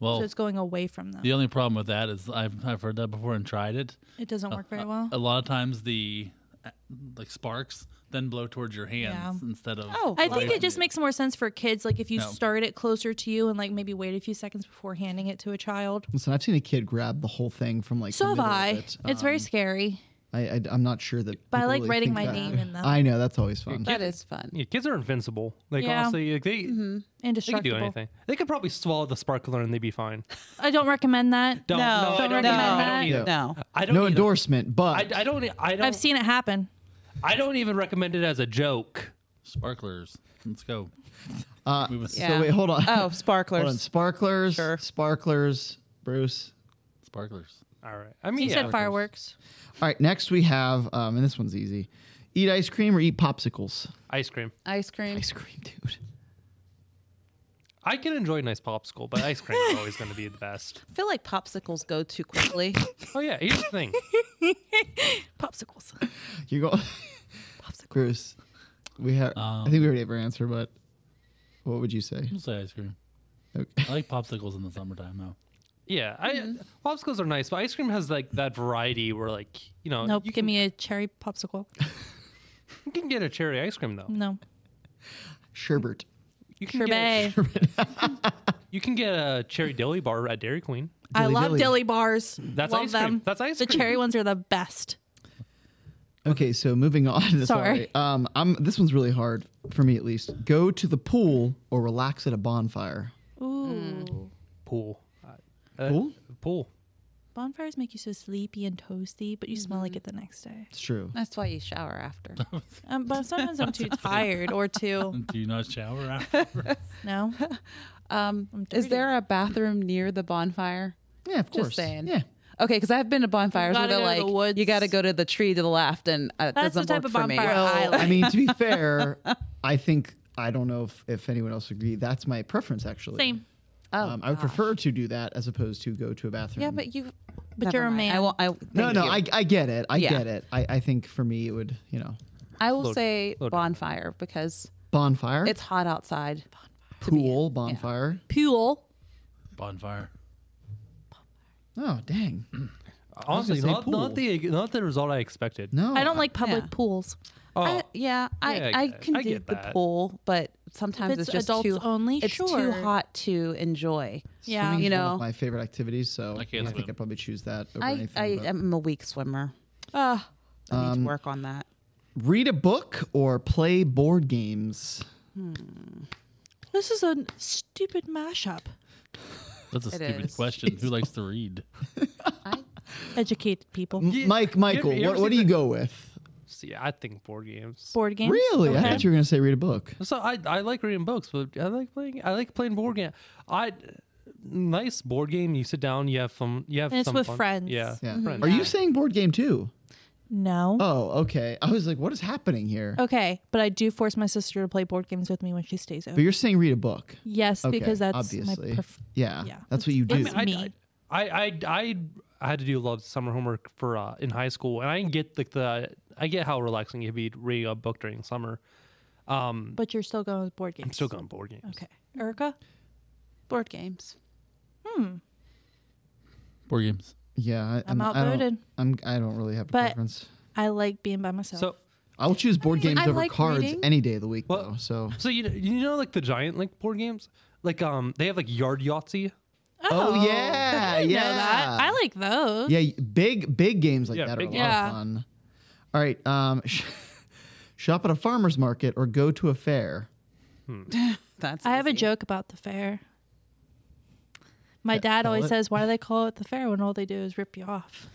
E: Well,
F: Oh.
D: so it's going away from them.
E: the only problem with that is I've I've heard that before and tried it.
D: It doesn't work
F: Uh,
D: very well.
E: A lot of times the uh, like sparks then blow towards your hands
D: Yeah.
E: instead of
C: Oh,
D: I
C: well,
D: think it just makes more sense for kids, like if you
E: No.
D: start it closer to you and like maybe wait a few seconds before handing it to a child.
B: Listen, I've seen a kid grab the whole thing from like.
D: So
B: the
D: have
B: middle of
D: I.
B: it. Uh,
D: it's
F: Um,
D: very scary.
B: I, I I'm not sure that.
D: But I
B: people
D: like
B: really think
D: writing my
B: that-
D: name in them.
B: I know that's always fun.
C: that is fun.
F: Yeah, kids are invincible. Like
D: Yeah. Mm-hmm.
F: honestly, like they they could
D: Indestructible.
F: do anything. They could probably swallow the sparkler and they'd be fine.
D: I don't recommend that.
F: Don't, no,
D: don't
F: I don't,
D: recommend
F: I
D: that.
F: don't either.
C: No.
F: I don't
B: No
F: either.
B: endorsement,
F: I,
B: but
F: I don't. e, I don't.
D: I've seen it happen.
F: I don't even recommend it as a joke.
E: sparklers. Let's go. we must
C: Yeah.
B: so wait, hold on.
C: Oh,
B: hold on.
C: sparklers.
B: Sparklers,
C: Sure.
B: sparklers, Bruce.
E: sparklers.
F: All right. I
D: He
F: mean, yeah.
D: said fireworks.
B: All right, next we have, um, and this one's easy: eat ice cream or eat popsicles.
F: ice cream.
C: Ice cream.
B: Ice cream, dude.
F: I can enjoy a nice popsicle, but ice cream is always going to be the
D: [LAUGHS]
F: best.
C: I feel like popsicles go too quickly.
F: Oh yeah. Here's the thing.
D: Popsicles.
B: You
C: [LAUGHS]
B: go, Bruce. We have. I think we already have our answer, but what would you say?
E: We'll say ice cream.
B: [LAUGHS] Okay.
E: I like popsicles in the summertime though.
F: Yeah, I, popsicles are nice, but ice cream has like that variety where like you
D: [LAUGHS]
F: know
D: Nope.
F: you,
D: Give me a cherry popsicle.
F: you can get a cherry ice cream though.
D: No.
B: Sherbet.
F: You can
D: Sherbet.
F: get you can get a cherry dilly bar at Dairy Queen.
D: [LAUGHS] I
B: Dilly
D: love
B: dilly.
D: dilly bars.
F: That's
D: love
F: ice cream.
D: them.
F: That's ice
D: the
F: cream.
D: cherry ones are the best.
B: Okay, so moving on. [LAUGHS]
D: Sorry.
B: Um, I'm. This one's really hard for me, at least. Go to the pool or relax at a bonfire.
D: Ooh.
F: Pool. Uh,
B: Pool?
F: Pool.
D: Bonfires make you so sleepy and toasty, but you smell like it the next day.
B: It's true.
C: That's why you shower after.
D: Um, but sometimes I'm too tired or too.
E: Do you not shower after?
D: [LAUGHS] No.
C: Um,
D: dirty.
C: is there a bathroom near the bonfire?
B: Yeah, of course.
C: Just saying.
B: Yeah.
C: Okay, because I've been to bonfires where they're
D: gotta go to
C: like,
D: the woods.
C: you got to go to the tree to the left, and uh, it
D: That's the
C: doesn't
D: type
C: work
D: of
C: for me.
D: bonfire I like.
B: I mean, to be
C: [LAUGHS]
B: fair, I think I don't know if, if anyone else would agree. That's my preference, actually.
D: Same.
C: Oh,
B: Um, I would
C: gosh.
B: prefer to do that as opposed to go to a bathroom.
C: Yeah, but you.
D: But
C: never
D: you're a
C: mind.
D: man.
C: I will. I,
B: no,
C: thank
B: no,
C: you.
B: I, I get it. I
C: Yeah.
B: get it. I, I think for me it would, you know,
C: I will
F: Load-
C: say
F: load it.
C: bonfire because
B: bonfire,
C: it's hot outside.
B: pool, bonfire.
D: Pool.
E: Bonfire.
B: Oh, dang.
F: Honestly,
B: say
F: not,
B: pool.
F: not the not the result I expected.
B: No.
D: I don't like public
C: Yeah.
D: pools.
F: Oh,
C: I, yeah, I,
F: Yeah, I
C: I,
F: get-
C: can
F: I
C: do
F: get
C: the
F: that.
C: pool, but sometimes
D: it's
C: it's, just
D: adults
C: too
D: only,
C: It's too
D: sure.
C: hot to enjoy.
D: Yeah.
B: Swimming's
C: you
B: one
C: know.
B: of my favorite activities, so I,
E: I can't
B: think
E: swim.
B: I'd probably choose that over
C: I,
B: anything.
C: I
B: but-
C: am a weak swimmer.
D: Uh,
C: I need to work on that.
B: Read a book or play board games.
D: this is a stupid mashup.
E: That's a
C: It
E: stupid
C: is.
E: question. Who likes to read?
C: I,
D: Educated people.
B: M- Mike, Michael,
F: you ever
B: what, what do
F: seen
B: you go with?
F: see, I think board games.
D: Board games.
B: Really? I
D: Okay.
B: thought you were going to say read a book.
F: So I, I like reading books, but I like playing I like playing board game. I nice board game. You sit down, you have fun. You have
D: And it's
F: some
D: with
F: fun.
D: friends.
F: Yeah,
B: Yeah.
F: friends.
B: Are you saying board game too?
D: No.
B: Oh, okay. I was like, what is happening here?
D: Okay, but I do force my sister to play board games with me when she stays
B: But
D: over.
B: you're saying read a book.
D: Yes,
B: Okay,
D: because that's
B: obviously.
D: my pref-
B: yeah,
D: yeah.
B: that's what you do.
D: It's-
F: I,
D: me.
F: I, I, I, I had to do a lot of summer homework for uh, in high school, and I get like the I get how relaxing it can be to reading a book during summer. Um,
D: But you're still going with board games.
F: I'm still going board games.
D: Okay, Erica.
C: board games.
E: Board games.
B: yeah, I,
D: I'm
B: I don't-
D: outvoted.
B: I'm I don't really have a
D: But-
B: preference.
D: I like being by myself.
F: So,
B: I'll choose board games
C: I
B: over
C: like
B: cards
C: reading.
B: any day of the week
F: Well-
B: though. So
F: so you know, you know like the giant like board games, like um they have like Yard Yahtzee.
B: Oh, yeah,
D: [LAUGHS] I didn't
B: yeah.
D: know that. I like those.
B: yeah, big big games like
F: Yeah,
B: that are a
F: big
B: lot
F: games.
D: Yeah.
B: of fun. All right, um, [LAUGHS] sh- shop at a farmer's market or go to a fair.
C: That's
D: I have a
C: easy.
D: joke about the fair. My dad
B: tell
D: always
B: it.
D: says, "Why do they call it the fair when all they do is rip you off?"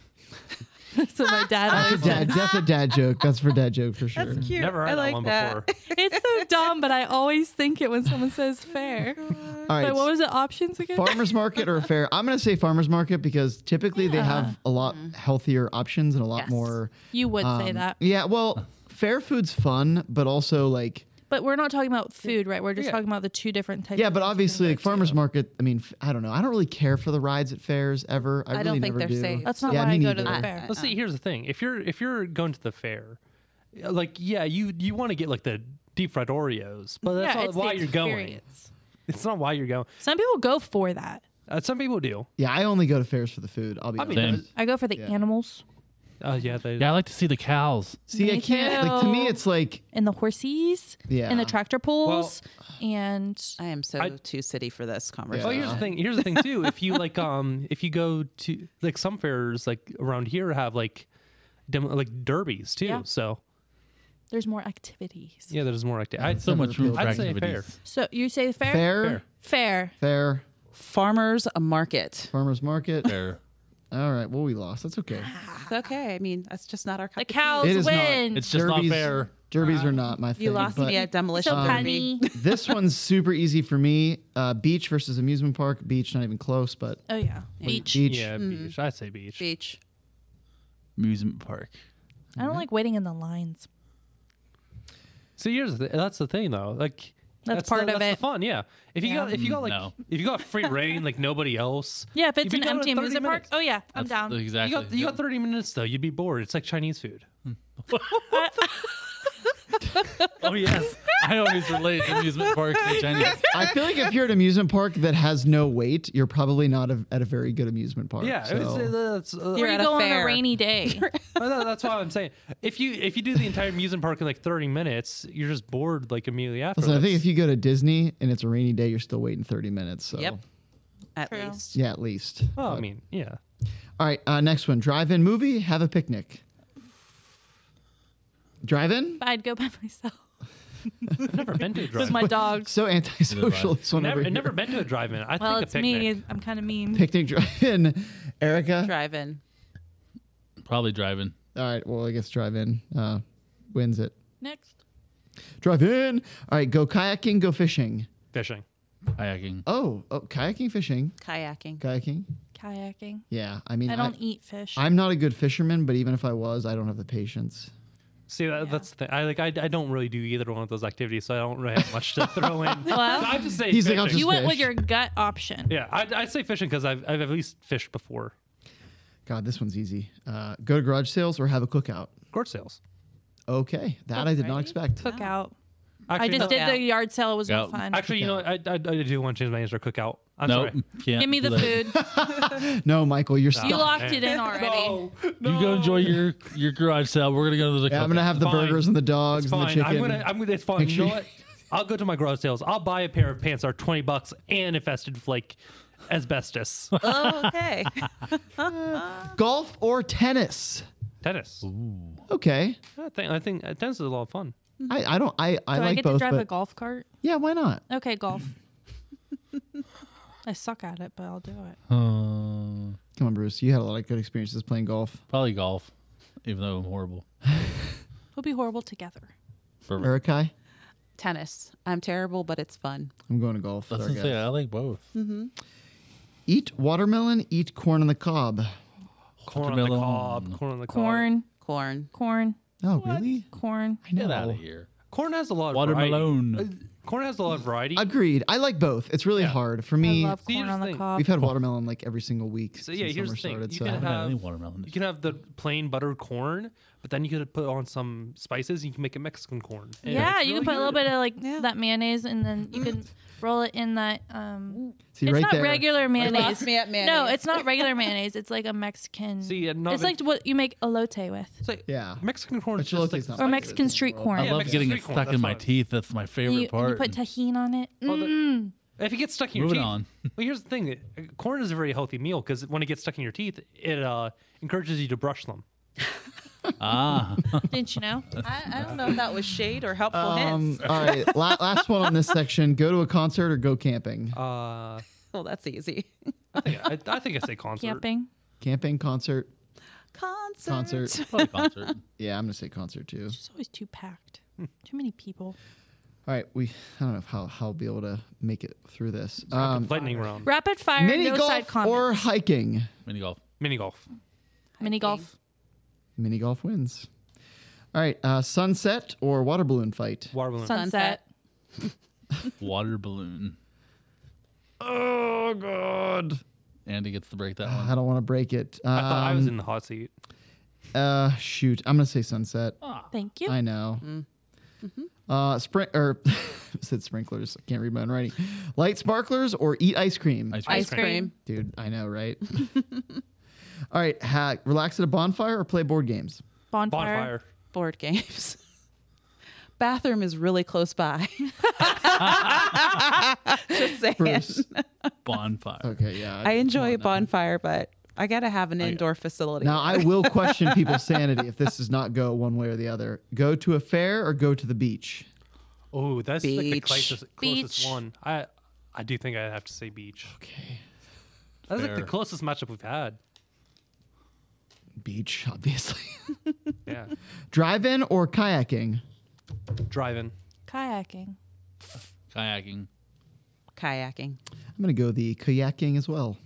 D: [LAUGHS] so my dad always
B: Dad, that's a dad joke. That's for dad joke for sure.
C: Cute.
F: Never heard
C: I
F: that
C: like
F: one
D: [LAUGHS]
F: before.
D: It's so dumb, but I always think it when someone says fair.
B: All
D: But
B: right,
D: what was the options again?
B: farmers market or a fair? I'm gonna say farmers market because typically they have a lot healthier options and a lot
C: Yes.
B: more.
D: you would say
B: um,
D: that.
B: Yeah, well, fair food's fun, but also like
D: But we're not talking about food, right? We're just talking about the two different types.
B: yeah,
D: of
B: but
D: things you can
B: obviously
D: go
B: like
D: to.
B: farmers market. I mean, f- I don't know. I don't really care for the rides at fairs ever. I,
C: I
B: really
C: don't think
B: never
C: they're
B: do.
C: safe.
D: That's not
B: yeah,
D: why I
B: me
D: go to the
B: neither.
D: fair.
F: Let's see. Here's the thing: if you're if you're going to the fair, like yeah, you you want to get like the deep fried Oreos, but that's not
D: it's
F: why
D: the
F: you're going.
D: experience.
F: It's not why you're going.
D: Some people go for that.
F: Uh, some people do.
B: Yeah, I only go to fairs for the food. I'll be
F: I mean,
B: honest.
E: Same.
F: does-
D: I go for the
B: Yeah.
D: animals
F: uh, yeah, they,
E: Yeah, I like to see the cows.
B: See, I
D: Me
B: can't. Like to me,
D: too.
B: it's like
D: and the horses
B: yeah.
D: and the tractor pulls and
C: [LAUGHS] I am so
F: I- Oh,
C: too city for this
F: Well,
C: conversation.
F: here's the thing. Here's the thing too. If you like, um, if you go to like some fairs like around here have like, demo, like derbies too.
D: Yeah.
F: So
D: there's more activities.
F: yeah, there's more activity. I'd,
E: So much room for
F: I'd say
E: activities.
F: fair.
D: So you say fair?
B: fair,
D: Fair.
B: fair,
C: Farmers market.
B: farmers market.
E: Fair.
B: All right. Well, we lost. That's okay.
C: It's okay. I mean, that's just not our cup
D: The
C: of tea.
D: cows
B: It is not.
D: win.
E: It's just
B: Derbies-
E: not fair.
B: Derbies are not my
C: Uh, You
B: favorite.
C: lost me at demolition.
D: so
C: derby.
D: punny.
B: [LAUGHS] this one's super easy for me. Uh, beach versus amusement park. Beach, not even close, but
D: Oh yeah. Beach. Mm-hmm.
B: beach.
F: Yeah, beach. I'd say beach.
C: Beach.
E: Amusement park.
D: I don't like waiting in the lines.
F: So here's the, that's the thing though. Like
D: That's
F: the-
D: part of
F: that's
D: it.
F: The fun, yeah. If you got if you got like
E: no.
F: if you got free reign like nobody else.
D: [LAUGHS] Yeah, if it's
F: you
D: an
F: got
D: empty
F: 30
D: amusement park.
F: minutes-
D: Oh yeah, I'm
E: That's
D: down.
F: You
E: Exactly.
F: got you got 30 minutes though. You'd be bored. It's like Chinese food.
E: oh yes, I always relate amusement parks to Chinese.
B: I feel like if you're at an amusement park that has no wait, you're probably not a, at a very good amusement park.
F: Yeah,
B: So.
F: it was, uh, that's uh,
C: You're
D: Or
C: at
D: you
C: a
D: go on
C: fair.
D: a rainy day.
F: well, no, that's why I'm saying if you if you do the entire amusement park in like 30 minutes, you're just bored like immediately after.
B: Listen, I think if you go to Disney and it's a rainy day, you're still waiting 30 minutes. So
C: Yep. At
D: True.
C: least.
B: yeah, at least.
F: oh, I mean, yeah.
B: All right, uh, next one. Drive-in movie, have a picnic. Drive-in?
D: I'd go by [LAUGHS] myself.
F: I've never been to a
D: With
F: drive.
D: my
F: [LAUGHS]
D: dogs.
B: So antisocial. This one [LAUGHS]
F: Never,
B: over
F: I've never
B: here.
F: been to a drive-in. I
D: Well,
F: think
D: it's
F: a picnic.
D: me. I'm kind of mean.
B: Picnic drive-in. Erica?
C: Driving.
E: Probably driving.
B: All right, well, I guess drive-in uh, wins it.
D: Next.
B: Drive-in. All right, go kayaking, go fishing.
F: Fishing.
E: Kayaking.
B: Oh, oh kayaking, fishing.
F: [LAUGHS]
C: Kayaking.
B: Kayaking?
D: Kayaking.
B: Yeah, I mean,
D: I
B: I
D: don't eat fish.
B: I'm not a good fisherman, but even if I was, I don't have the patience.
F: See, that, that's the thing. I like. I, I don't really do either one of those activities, so I don't really have
D: [LAUGHS]
F: much to throw in.
D: Well,
F: I just say
B: He's like,
F: fishing.
B: I'm just-
D: you went with
B: fish.
D: your gut option.
F: yeah, I'd, I'd say fishing because I've, I've at least fished before.
B: God, this one's easy. Uh, go to garage sales or have a cookout.
F: Court sales.
B: Okay, that I did not expect.
D: Cookout. I
F: Actually,
D: just
F: no.
D: did the
C: Cookout.
D: yard sale. It was
E: Yeah.
D: no fun.
F: Actually, you know, what? I, I, I do want to change my answer. to Cookout. I'm
E: No,
F: sorry.
E: [LAUGHS] can't.
D: Give me
E: do
D: the
E: that.
D: food.
F: [LAUGHS]
B: No, Michael, you're stuck.
D: You locked
F: man.
D: it in already.
E: You go enjoy your your garage sale. We're gonna go to the.
B: Yeah, I'm gonna
E: cookout.
B: have the
F: Fine.
B: burgers and the dogs
F: It's
B: and the
F: fine.
B: chicken.
F: I'm gonna. I'm gonna. It's fine.
B: Make
F: You
B: sure
F: know
B: you-
F: what? I'll go to my garage sales. I'll buy a pair of pants that are twenty bucks and infested with like asbestos. [LAUGHS]
C: Oh, okay. [LAUGHS]
B: Golf or tennis?
F: tennis.
B: Okay,
F: I think. I think uh, tennis is a lot of fun.
B: I, I don't I, I
D: Mm-hmm.
B: like
D: Do I get
B: both,
D: to drive
B: but
D: a golf cart?
B: yeah, why not? [LAUGHS]
D: Okay, golf. I suck at it, but I'll do it.
E: Uh,
B: Come on, Bruce, you had a lot of good experiences playing golf.
E: probably golf, even though I'm horrible.
D: We'll be horrible together.
B: Urukai,
C: Tennis. I'm terrible, but it's fun.
B: I'm going to golf.
E: That's
B: Sorry,
E: insane.
B: guys.
E: I like both.
B: Eat watermelon, eat corn on the cob.
F: Corn on the
E: Watermelon.
F: cob. Corn on the cob.
D: Corn,
C: Corn.
D: corn,
B: Oh, really?
D: corn.
B: I know.
E: Get out of here.
F: Corn has a lot. Of
E: Watermelon.
F: Variety. Uh, corn has a lot of variety.
B: Agreed. I like both. It's really hard for
D: I
B: me.
D: love
F: See,
D: corn
F: here's
D: on
F: the
D: the
F: thing.
D: cob.
B: We've had watermelon like every single week.
F: So, yeah,
B: since
F: here's
B: summer
F: the
B: started,
F: thing. You
B: so.
F: can
E: I don't have any
F: Have-
E: watermelon.
F: You can have the plain buttered corn, but then you could put on some spices. and You can make a Mexican corn. And
D: Yeah,
F: it's
D: you can
F: really
D: put a little
F: good.
D: bit of like
C: Yeah.
D: that mayonnaise, and then you
F: Mm.
D: can roll it in that. Um,
B: See,
D: it's
B: right
D: not
B: there.
D: regular mayonnaise.
C: lost me at mayonnaise. [LAUGHS]
D: No, it's not [LAUGHS] regular mayonnaise. It's like a Mexican.
F: See, uh, not
D: it's
F: a-
D: like what you make elote with,
F: It's like
B: Yeah.
F: Mexican corn.
B: But
F: is just
B: chilote's
F: like
B: not
D: or
B: Like
D: Mexican
B: this.
D: street corn.
E: I
F: Yeah,
E: love
F: Mexican
E: getting it
F: street corn,
E: stuck
F: that's
E: in my
F: fine.
E: teeth. That's my
D: And
E: favorite
D: you, and
E: part.
D: you put tahine on it.
F: Well, the-
D: Mm.
F: If it gets stuck in your
E: Moving
D: [LAUGHS]
F: teeth.
E: on.
F: Well, here's the thing: uh, corn is a very healthy meal because when it gets stuck in your teeth, it uh, encourages you to brush them.
E: ah,
D: Mm, Didn't you know?
C: I, I don't know if that was shade or helpful
B: Um,
C: hints.
B: all right,
F: [LAUGHS]
B: la- last one on this section. Go to a concert or go camping.
F: Uh,
C: Well, that's easy.
F: I, think I, I think I say concert.
D: Camping.
B: Camping, concert,
C: Concert.
B: concert.
E: probably concert.
B: Yeah, I'm gonna say concert too.
D: It's just always too packed. Too many people.
B: All right, we. I don't know how how I'll be able to make it through this. Um,
F: Um, lightning round.
D: Rapid fire.
B: mini
D: no
B: golf
D: side comments.
B: or hiking.
E: Mini golf.
F: Mini golf.
D: mini golf.
B: Mini golf wins. All right, uh, sunset or water balloon fight.
F: Water balloon.
D: Sunset.
C: Sunset.
E: Water balloon.
B: Oh God!
E: Andy gets to break that one.
B: Ah, Uh, I don't want to break it. Um,
F: I thought I was in the hot seat.
C: Oh.
B: uh, shoot, I'm gonna say sunset.
F: Mm.
D: Thank you.
B: I know. Uh, spring or [LAUGHS] said sprinklers. I can't read my own writing. Light sparklers or eat ice cream.
E: Ice cream.
C: Ice cream.
B: Dude, I know, right? [LAUGHS] All right, ha- relax at a bonfire or play board
C: [LAUGHS]
B: games.
D: Bonfire.
F: Bonfire.
C: Board games. [LAUGHS] Bathroom is really close by. [LAUGHS] Just saying.
B: Bruce.
E: bonfire.
B: [LAUGHS] Okay, yeah.
C: I enjoy a bonfire, but I gotta have an indoor facility.
B: Oh, Now I will question people's sanity if this does not go one way or the other. Go to a fair or go to the beach.
F: Oh, that's like the
C: Beach.
F: closest, closest
D: Beach.
F: one. I I do think I'd have to say beach.
B: Okay,
F: That's like
E: Fair.
F: the closest matchup we've had.
B: beach, obviously. [LAUGHS]
D: [LAUGHS]
F: Yeah.
B: Drive-in or kayaking.
F: Driving.
D: Kayaking.
E: Kayaking.
C: Kayaking.
B: I'm gonna go the kayaking as well.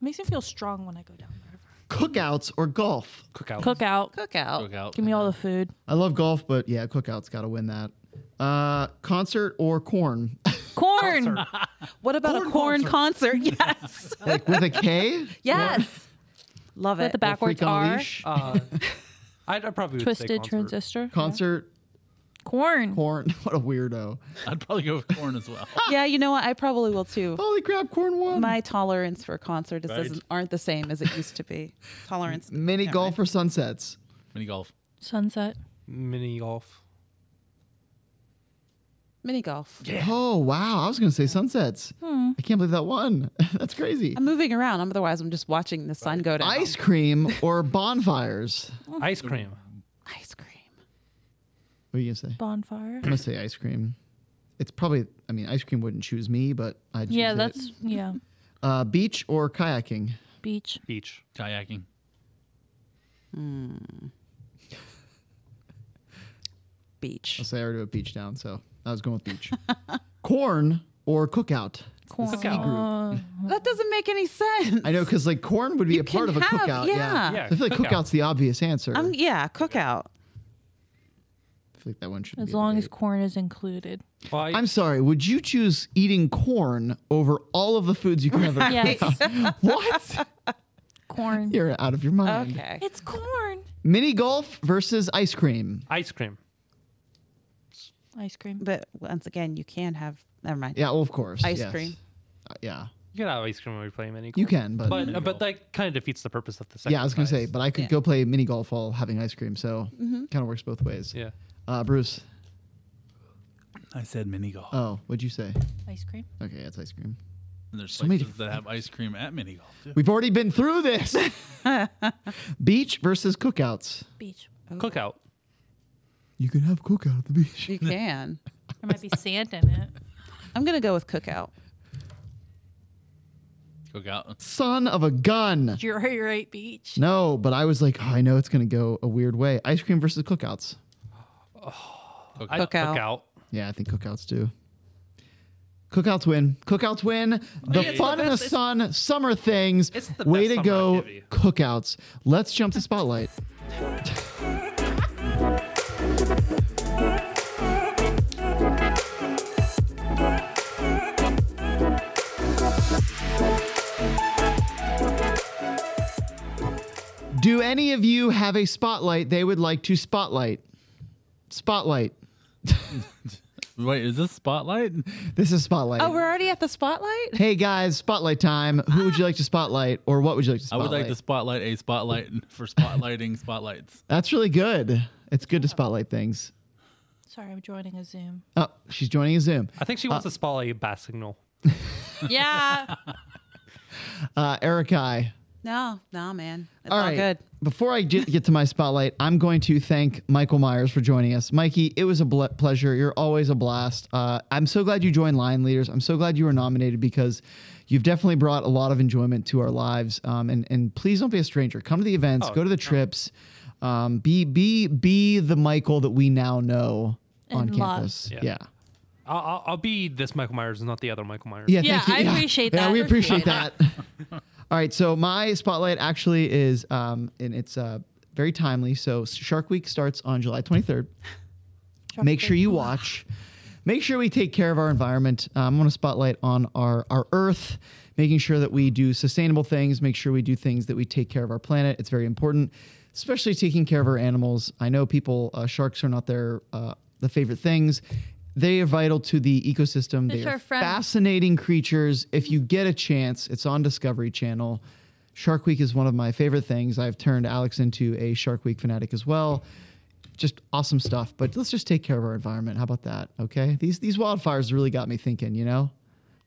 D: Makes me feel strong when I go down the river.
B: Cookouts or golf.
F: Cookout.
D: Cookout.
C: Cookout.
E: Cookout.
D: Oh, Give me all the food.
B: I love golf, but yeah, cookouts got to win that. Uh, concert or corn,
D: Corn.
C: What about a corn concert? [LAUGHS] Yes.
B: like with a K.
C: yes. Love
D: With
C: it.
D: the backwards
B: Freak on a
D: R.
B: leash.
F: Uh, I'd, I'd probably would say
D: Twisted
F: concert.
D: transistor.
B: Concert
D: Corn.
B: corn. [LAUGHS] What a weirdo.
E: I'd probably go with corn
D: [LAUGHS]
E: as well.
C: yeah, you know what? I probably will too.
B: Holy crap, corn won.
C: My tolerance for concerts
E: Right.
C: isn't, aren't the same as it used to be. [LAUGHS] Tolerance.
B: Mini
C: Never
B: golf
C: mind.
B: or sunsets.
E: Mini golf.
D: Sunset.
F: Mini golf.
C: Mini golf.
B: Oh wow, I was gonna say sunsets. I can't believe that won. [LAUGHS] That's crazy.
C: I'm moving around. Otherwise, I'm just watching the sun go down.
B: Ice cream or bonfires.
D: Oh,
F: Ice cream.
C: Ice cream.
B: What are you gonna say?
D: Bonfire.
B: I'm gonna say ice cream. It's probably. I mean, ice cream wouldn't choose me, but I.
D: Yeah, that's yeah.
B: Uh, beach or kayaking.
D: Beach.
F: Beach.
E: Kayaking.
C: Beach.
B: I'll say I already wrote beach down, so I was going with
C: [LAUGHS]
B: beach. corn or cookout.
D: Corn.
F: Cookout.
C: That doesn't make any sense.
B: I know because like corn would be
C: You
B: a part
C: can
B: of a
C: have-
B: cookout.
C: yeah.
F: Yeah,
B: I feel like
F: cookout.
B: cookout's the obvious answer. i
C: Um, yeah, cookout.
B: feel like that one should.
D: As long as corn is included.
F: Well, I,
B: I'm sorry. Would you choose eating corn over all of the foods you can
C: [LAUGHS]
B: have? at-
D: Yes.
B: What?
D: corn.
B: You're out of your mind.
C: Okay.
D: It's corn.
B: Mini golf versus ice cream.
F: ice cream.
D: Ice cream.
C: But once again, you can have. Never mind.
B: Yeah, well, of course.
C: Ice
B: yes.
C: cream.
B: Uh, yeah,
F: You can have ice cream when we play mini golf.
B: you can, but,
F: But, uh, but that kind of defeats the purpose of the second.
B: yeah, I was gonna say,
F: prize.
B: but I could
C: Yeah.
B: go play mini golf while having ice cream, so
C: Mm-hmm.
B: kind of works both ways.
F: Yeah.
B: Uh, Bruce,
E: I said mini golf.
B: oh, what'd you say?
D: Ice cream.
B: Okay, it's ice cream.
E: and there's
B: many
E: places that have ice cream at mini golf [LAUGHS] too.
B: We've already been through this. beach versus cookouts.
D: Beach.
F: Cookout.
B: You can have cookout at the beach. [LAUGHS]
C: You can.
D: There might be sand in it.
C: I'm gonna go with cookout.
E: Cookout.
B: Son of a gun.
D: You're right, you're right, beach.
B: No, but I was like, oh, I know it's gonna go a weird way. Ice cream versus cookouts.
F: I-
C: Cookout.
F: Cookout.
B: Yeah, I think cookouts do. Cookouts win. Cookouts win. The
F: it's the
B: fun in the
F: best- it's-
B: sun, summer things.
F: It's the
B: Way
F: best
B: to
F: summer
B: go,
F: activity.
B: cookouts. Let's jump to spotlight. Do any of you have a spotlight they would like to spotlight? Spotlight.
E: Wait, is this spotlight?
B: This is spotlight.
C: Oh, we're already at the spotlight.
B: Hey guys, spotlight time. Who would you like to spotlight or what would you like to
E: I
B: spotlight?
E: would like to spotlight a spotlight [LAUGHS] for spotlighting spotlights.
B: That's really good. It's good to spotlight things.
D: Sorry, I'm joining a Zoom.
B: Oh, she's joining a Zoom.
F: I think she wants to spotlight a bat signal.
D: Yeah.
B: Uh, Eric I.
C: No, no, man. It's
B: All
C: all,
B: right.
C: good.
B: Before I get, get to my spotlight, I'm going to thank Michael Myers for joining us. Mikey, it was a ble- pleasure. You're always a blast. Uh, I'm so glad you joined Lion Leaders. I'm so glad you were nominated because you've definitely brought a lot of enjoyment to our lives. Um, and and please don't be a stranger. Come to the events. go to the trips. Um, be be be the Michael that we now know on
D: And love.
B: campus.
F: Yeah.
B: yeah.
F: I'll, I'll, I'll be this Michael Myers and not the other Michael Myers.
B: Yeah,
D: Yeah,
B: thank you.
D: I appreciate
B: Yeah,
D: that.
B: we appreciate that. All right, so my spotlight actually is, um, and it's uh, very timely. So Shark Week starts on July 23rd. Make sure you watch. Make sure we take care of our environment. Um, I'm going to spotlight on our our Earth, making sure that we do sustainable things. Make sure we do things that we take care of our planet. It's very important, especially taking care of our animals. I know people uh, sharks are not there. Uh, the favorite things. They are vital to the ecosystem.
D: It's
B: they are
D: our friend.
B: fascinating creatures. If you get a chance, it's on Discovery Channel. Shark Week is one of my favorite things. I've turned Alex into a Shark Week fanatic as well. Just awesome stuff. But let's just take care of our environment. How about that? Okay. These these wildfires really got me thinking. You know.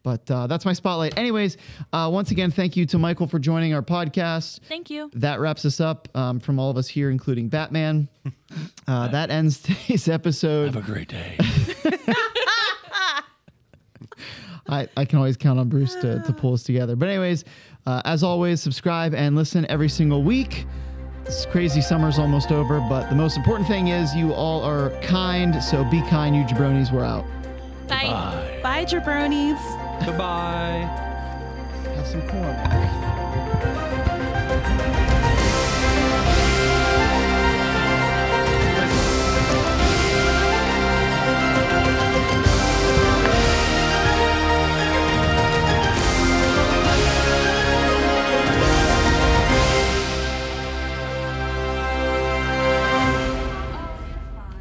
B: But uh, that's my spotlight. Anyways, uh, once again, thank you to Michael for joining our podcast
D: Thank you.
B: that wraps us up um, from all of us here, including Batman.
E: [LAUGHS]
B: Uh, that ends today's episode.
E: Have a great day. [LAUGHS]
B: I, I can always count on Bruce to, to pull us together. But, anyways, uh, as always, subscribe and listen every single week. This crazy summer's almost over, but the most important thing is you all are kind. So be kind, you jabronis. We're out.
C: Bye. Bye, jabronis.
F: Goodbye.
B: Have some corn.